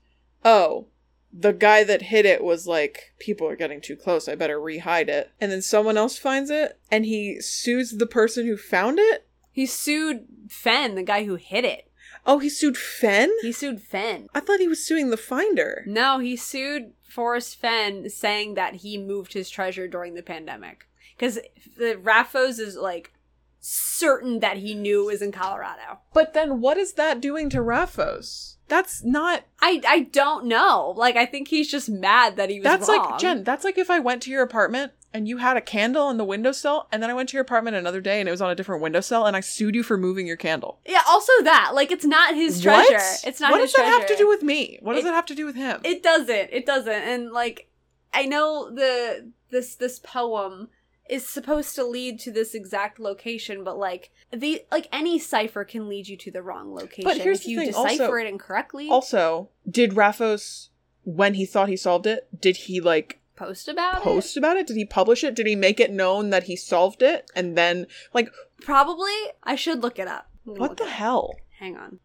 S2: Oh, the guy that hid it was like, people are getting too close. I better rehide it. And then someone else finds it and he sues the person who found it.
S1: He sued Fenn, the guy who hid it.
S2: Oh, he sued Fenn?
S1: He sued Fenn.
S2: I thought he was suing the finder.
S1: No, he sued Forrest Fenn saying that he moved his treasure during the pandemic. Because the Raffos is like certain that he knew it was in Colorado.
S2: But then what is that doing to Rafos? That's not
S1: I, I don't know. Like, I think he's just mad that he was
S2: That's
S1: wrong.
S2: like Jen, that's like if I went to your apartment and you had a candle on the windowsill and then I went to your apartment another day and it was on a different windowsill and I sued you for moving your candle.
S1: Yeah, also that. Like, it's not his
S2: What?
S1: treasure. It's not
S2: What
S1: his
S2: does that have to
S1: treasure.
S2: do with me? What does
S1: It-
S2: that have to do with him?
S1: It doesn't. It doesn't. And like I know the this this poem is supposed to lead to this exact location, but like the like any cipher can lead you to the wrong location
S2: here's
S1: if
S2: the
S1: you
S2: thing,
S1: decipher
S2: also-
S1: it incorrectly.
S2: also, did Raffos when he thought he solved it, did he like
S1: post about
S2: post about it? Did he publish it? Did he make it known that he solved it? And then like
S1: it. Probably I should look it up. I'm gonna
S2: what
S1: look
S2: the
S1: it up.
S2: hell?
S1: Hang on.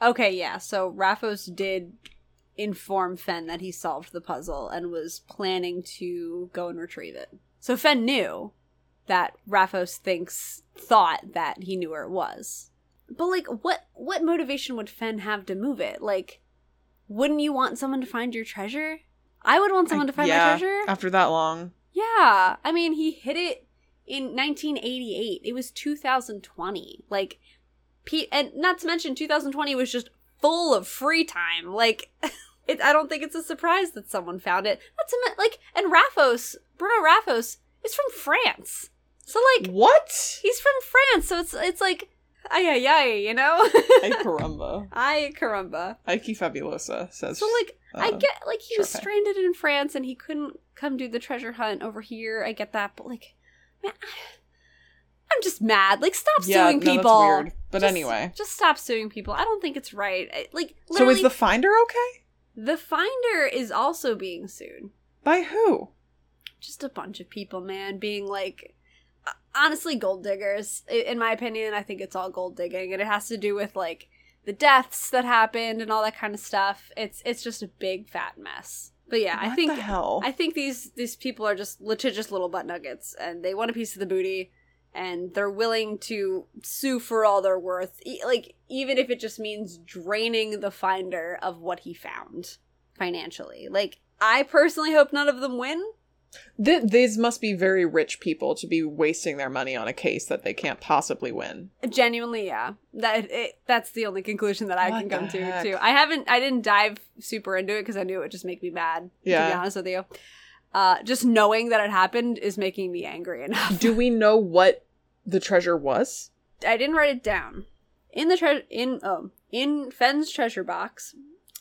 S1: Okay, yeah. So Raffos did inform Fenn that he solved the puzzle and was planning to go and retrieve it. So Fenn knew that Raffos thinks thought that he knew where it was. But like what what motivation would Fenn have to move it? Like wouldn't you want someone to find your treasure? I would want someone
S2: I-
S1: to find
S2: yeah,
S1: my treasure.
S2: After that long.
S1: Yeah. I mean, he hit it in 1988. It was 2020. Like, P- and not to mention, 2020 was just full of free time. Like, it, I don't think it's a surprise that someone found it. That's a, mi- like, and Raffos, Bruno Raffos, is from France. So, like,
S2: What?
S1: he's from France. So it's, it's like, ay, ay, ay, you know?
S2: Ay caramba.
S1: ay, caramba.
S2: Ike Fabulosa says.
S1: So, like, I
S2: uh,
S1: get like he was
S2: Sharpay.
S1: stranded in France and he couldn't come do the treasure hunt over here. I get that, but like, man, I'm just mad. Like, stop
S2: yeah,
S1: suing
S2: no, that's
S1: people.
S2: weird. But
S1: Just-
S2: anyway.
S1: just stop suing people. I don't think it's right. I- Like,
S2: So
S1: literally,
S2: is the finder okay?
S1: the finder is also being sued.
S2: By who?
S1: Just a bunch of people, man, being like. uh, Honestly, gold diggers. I- In my opinion, I think it's all gold digging, and it has to do with like the deaths that happened and all that kind of stuff. It's it's just a big fat mess. But yeah, I
S2: What
S1: think
S2: the hell.
S1: I think these these people are just litigious little butt nuggets, and they want a piece of the booty, and they're willing to sue for all they're worth, e- like even if it just means draining the finder of what he found financially. Like I personally hope none of them win.
S2: Th- these must be very rich people to be wasting their money on a case that they can't possibly win.
S1: Genuinely, yeah. That it, that's the only conclusion that I
S2: What
S1: can
S2: the
S1: come to.
S2: heck?
S1: Too. I haven't. I didn't dive super into it because I knew it would just make me mad. To be
S2: Yeah.
S1: honest with you, uh, just knowing that it happened is making me angry enough.
S2: Do we know what the treasure was?
S1: I didn't write it down. In the treasure in um in Fenn's treasure box,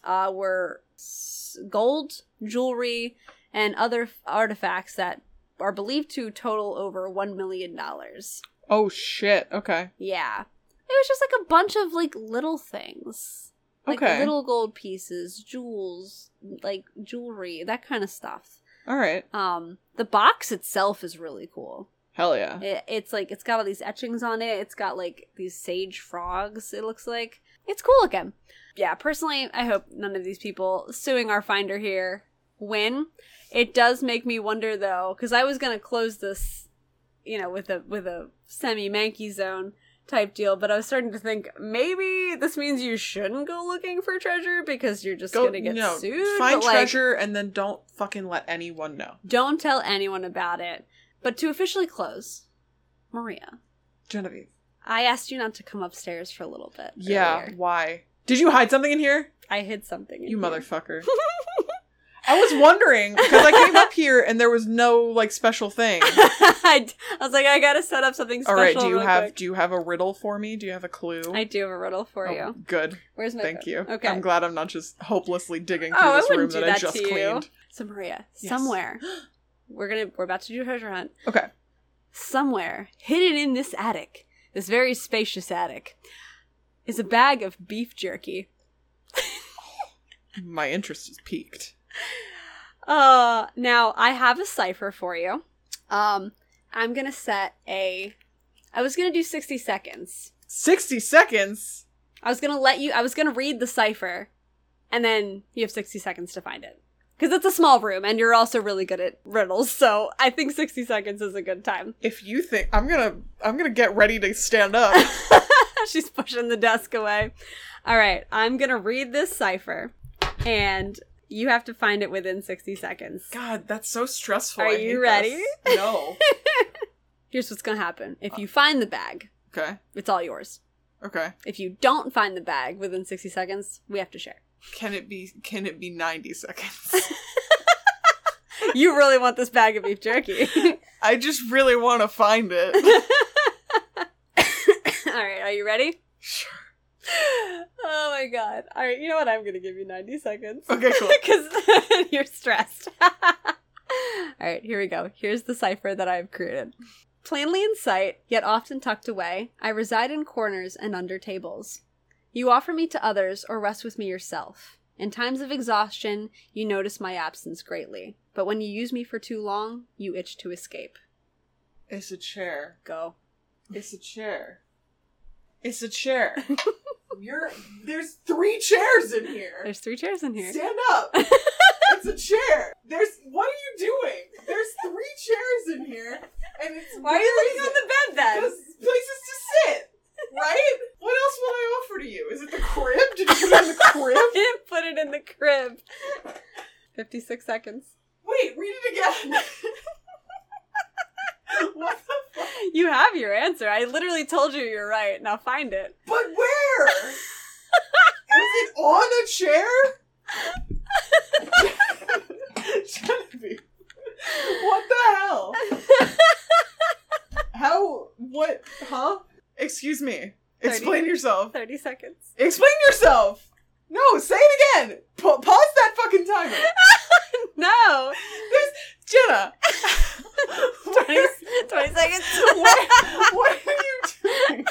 S1: uh, were s- gold, jewelry, and other f- artifacts that are believed to total over one million dollars.
S2: Oh shit. Okay.
S1: Yeah, it was just like a bunch of like little things, like
S2: Okay.
S1: little gold pieces, jewels, like jewelry, that kind of stuff.
S2: All right.
S1: Um, the box itself is really cool.
S2: Hell yeah.
S1: It, it's like it's got all these etchings on it. It's got like these sage frogs. It looks like it's cool looking. Yeah, personally, I hope none of these people suing our finder here win. It does make me wonder though, because I was gonna close this, you know, with a with a semi manky zone type deal, but I was starting to think maybe this means you shouldn't go looking for treasure because you're just
S2: Go
S1: gonna get
S2: no,
S1: sued.
S2: find
S1: but, like,
S2: treasure and then don't fucking let anyone know.
S1: Don't tell anyone about it. But to officially close, Maria.
S2: Genevieve.
S1: I asked you not to come upstairs for a little bit.
S2: Yeah.
S1: earlier.
S2: Why? Did you hide something in here?
S1: I hid something. in
S2: You
S1: here.
S2: motherfucker. I was wondering because I came up here and there was no like special thing.
S1: I, d- I was like, I gotta set up something
S2: All
S1: special.
S2: right. Do you
S1: real
S2: have
S1: quick.
S2: do you have a riddle for me? Do you have a clue?
S1: I do have a riddle for
S2: Oh,
S1: you.
S2: Good.
S1: Where's my?
S2: Thank
S1: phone?
S2: you.
S1: Okay.
S2: I'm glad I'm not just hopelessly digging
S1: Oh,
S2: through
S1: I
S2: this room
S1: wouldn't do
S2: that, I
S1: that
S2: just
S1: to you.
S2: cleaned.
S1: so Maria,
S2: Yes.
S1: somewhere we're gonna we're about to do a treasure hunt.
S2: Okay.
S1: Somewhere hidden in this attic, this very spacious attic, is a bag of beef jerky.
S2: My interest is piqued.
S1: Uh, now I have a cipher for you. Um, I'm gonna set a. I was gonna do 60 seconds.
S2: 60 seconds?
S1: I was gonna let you. I was gonna read the cipher, and then you have sixty seconds to find it. Because it's a small room, and you're also really good at riddles, so I think sixty seconds is a good time.
S2: If you think I'm gonna I'm gonna get ready to stand up.
S1: She's pushing the desk away. All right, I'm gonna read this cipher, and you have to find it within sixty seconds.
S2: God, that's so stressful.
S1: Are
S2: I
S1: you
S2: hate
S1: ready?
S2: this. No.
S1: Here's what's gonna happen: if you find the bag,
S2: okay.
S1: it's all yours.
S2: Okay.
S1: If you don't find the bag within sixty seconds, we have to share.
S2: Can it be can it be 90 seconds?
S1: You really want this bag of beef jerky?
S2: I just really want to find it.
S1: all right, are you ready?
S2: Sure.
S1: oh my god. All right, you know what? I'm going to give you 90 seconds.
S2: Okay, cool.
S1: Because you're stressed. All right, here we go. Here's the cipher that I've created. Plainly in sight, yet often tucked away, I reside in corners and under tables. You offer me to others or rest with me yourself. In times of exhaustion, you notice my absence greatly. But when you use me for too long, you itch to escape.
S2: It's a chair.
S1: Go.
S2: It's a chair. It's a chair. You're there's three chairs in here.
S1: There's three chairs in here.
S2: Stand up. it's a chair. There's what are you doing? There's three chairs in here, and it's
S1: Why are you
S2: where
S1: laying
S2: is
S1: on
S2: it?
S1: the bed then?
S2: Because places to sit, right? What else would I offer to you? Is it the crib? Did you put it in the
S1: I
S2: crib?
S1: didn't put it in the crib. 56 seconds.
S2: Wait, read it again. what the? Fuck?
S1: You have your answer. I literally told you you're right. Now find it.
S2: But where? Is it on a chair? Genevieve, what the hell? How? What? Huh? Excuse me. Explain
S1: Thirty.
S2: yourself.
S1: 30 seconds.
S2: Explain yourself. No, say it again. Pa- pause that fucking timer.
S1: No.
S2: There's Jenna. Where-
S1: 20, 20 seconds.
S2: what, what are you doing?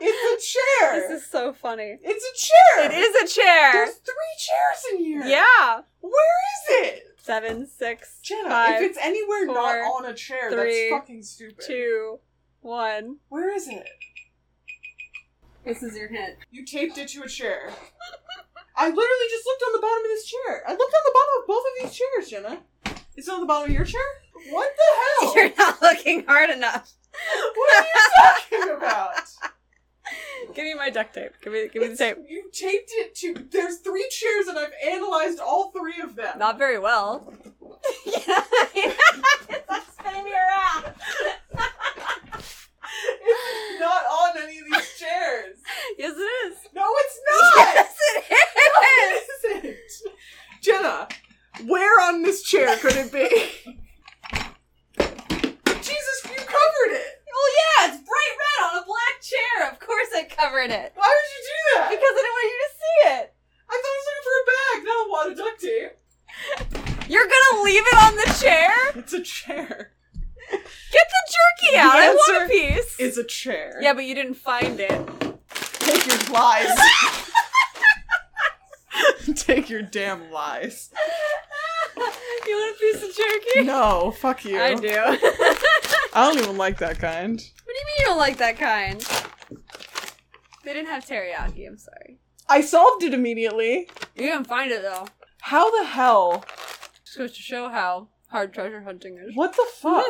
S2: it's a chair.
S1: This is so funny.
S2: it's a chair.
S1: It is a chair.
S2: There's three chairs in here.
S1: Yeah.
S2: Where is it?
S1: Seven, six,
S2: Jenna,
S1: Five,
S2: if it's anywhere
S1: four,
S2: not on a chair,
S1: three,
S2: that's fucking stupid.
S1: two, one.
S2: Where is it?
S1: This is your hint.
S2: You taped it to a chair. I literally just looked on the bottom of this chair. I looked on the bottom of both of these chairs, Jenna. It's on the bottom of your chair? What the hell?
S1: You're not looking hard enough.
S2: What are you talking about?
S1: Give me my duct tape. Give me give me the tape.
S2: You taped it to. There's three chairs, and I've analyzed all three of them.
S1: Not very well. It's spinning me around.
S2: It's not on any of these chairs.
S1: Yes, it is.
S2: No, it's not.
S1: Yes, it is.
S2: It isn't. Jenna, where on this chair could it be? Jesus, you covered it.
S1: Well, Oh, yeah, it's bright red on a black chair. Of course, I covered it
S2: Why would
S1: because I
S2: you do that?
S1: didn't want you to see it.
S2: I thought I was looking for a bag, not a wad of duct tape.
S1: You're gonna leave it on the chair?
S2: It's a chair.
S1: Get the jerky
S2: The
S1: out. I want a
S2: answer
S1: piece.
S2: It's a chair.
S1: yeah, but you didn't find it.
S2: Take your lies. Take your damn lies.
S1: you want a piece of jerky?
S2: No, fuck you.
S1: I do. what do you
S2: I don't even like that kind.
S1: mean you don't like that kind? They didn't have teriyaki. I'm sorry.
S2: I solved it immediately.
S1: You didn't find it though.
S2: How the hell?
S1: Just goes to show how hard treasure hunting is.
S2: What the fuck?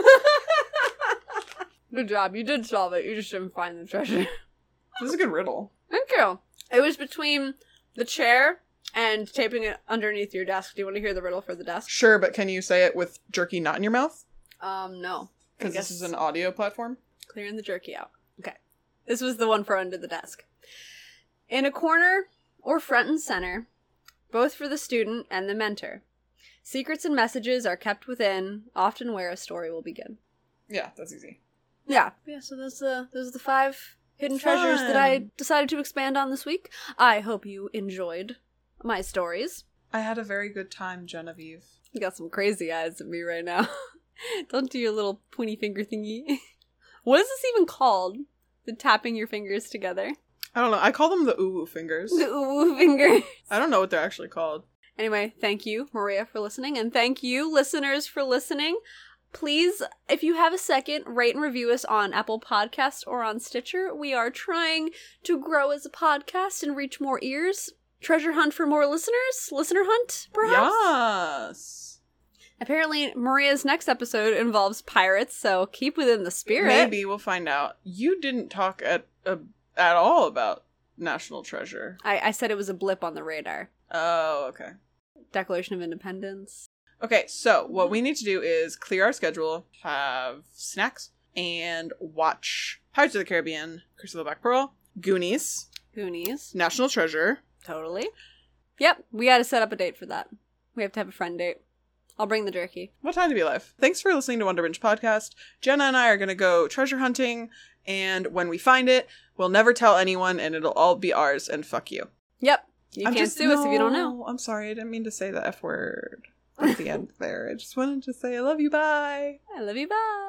S1: Good job. You did solve it. You just didn't find the treasure.
S2: this is a good riddle.
S1: Thank you. It was between the chair and taping it underneath your desk. Do you want to hear the riddle for the desk?
S2: Sure, but can you say it with jerky not in your mouth?
S1: Um, no.
S2: Because
S1: I guess-
S2: this is an audio platform.
S1: Clearing the jerky out. Okay. This was the one for under the desk. In a corner or front and center, both for the student and the mentor. Secrets and messages are kept within, often where a story will begin.
S2: Yeah, that's easy.
S1: Yeah. Yeah, so those the those are the five hidden treasures that I
S2: Fun.
S1: decided to expand on this week. I hope you enjoyed my stories.
S2: I had a very good time, Genevieve.
S1: You got some crazy eyes at me right now. Don't do your little pointy finger thingy. what is this even called? The tapping your fingers together.
S2: I don't know. I call them the uwu fingers.
S1: The ooh finger.
S2: I don't know what they're actually called.
S1: Anyway, thank you, Maria, for listening, and thank you, listeners, for listening. Please, if you have a second, rate and review us on Apple Podcasts or on Stitcher. We are trying to grow as a podcast and reach more ears. Treasure hunt for more listeners? Listener hunt, perhaps?
S2: Yes.
S1: Apparently, Maria's next episode involves pirates, so keep within the spirit.
S2: Maybe we'll find out. You didn't talk at uh, at all about National Treasure.
S1: I, I said it was a blip on the radar.
S2: Oh, okay.
S1: Declaration of Independence.
S2: Okay, so what we need to do is clear our schedule, have snacks, and watch Pirates of the Caribbean, Crystal Black Pearl, Goonies,
S1: Goonies.
S2: National Treasure.
S1: Totally. Yep, we gotta set up a date for that. We have to have a friend date. I'll bring the jerky.
S2: What time to be alive? Thanks for listening to Wonder Binge Podcast. Jenna and I are going to go treasure hunting, and when we find it, we'll never tell anyone, and it'll all be ours, and fuck you.
S1: Yep. You
S2: I'm
S1: can't
S2: just-
S1: sue us if you don't know.
S2: no, I'm sorry, I didn't mean to say the F word at the end there. I just wanted to say I love you, bye.
S1: I love you. Bye.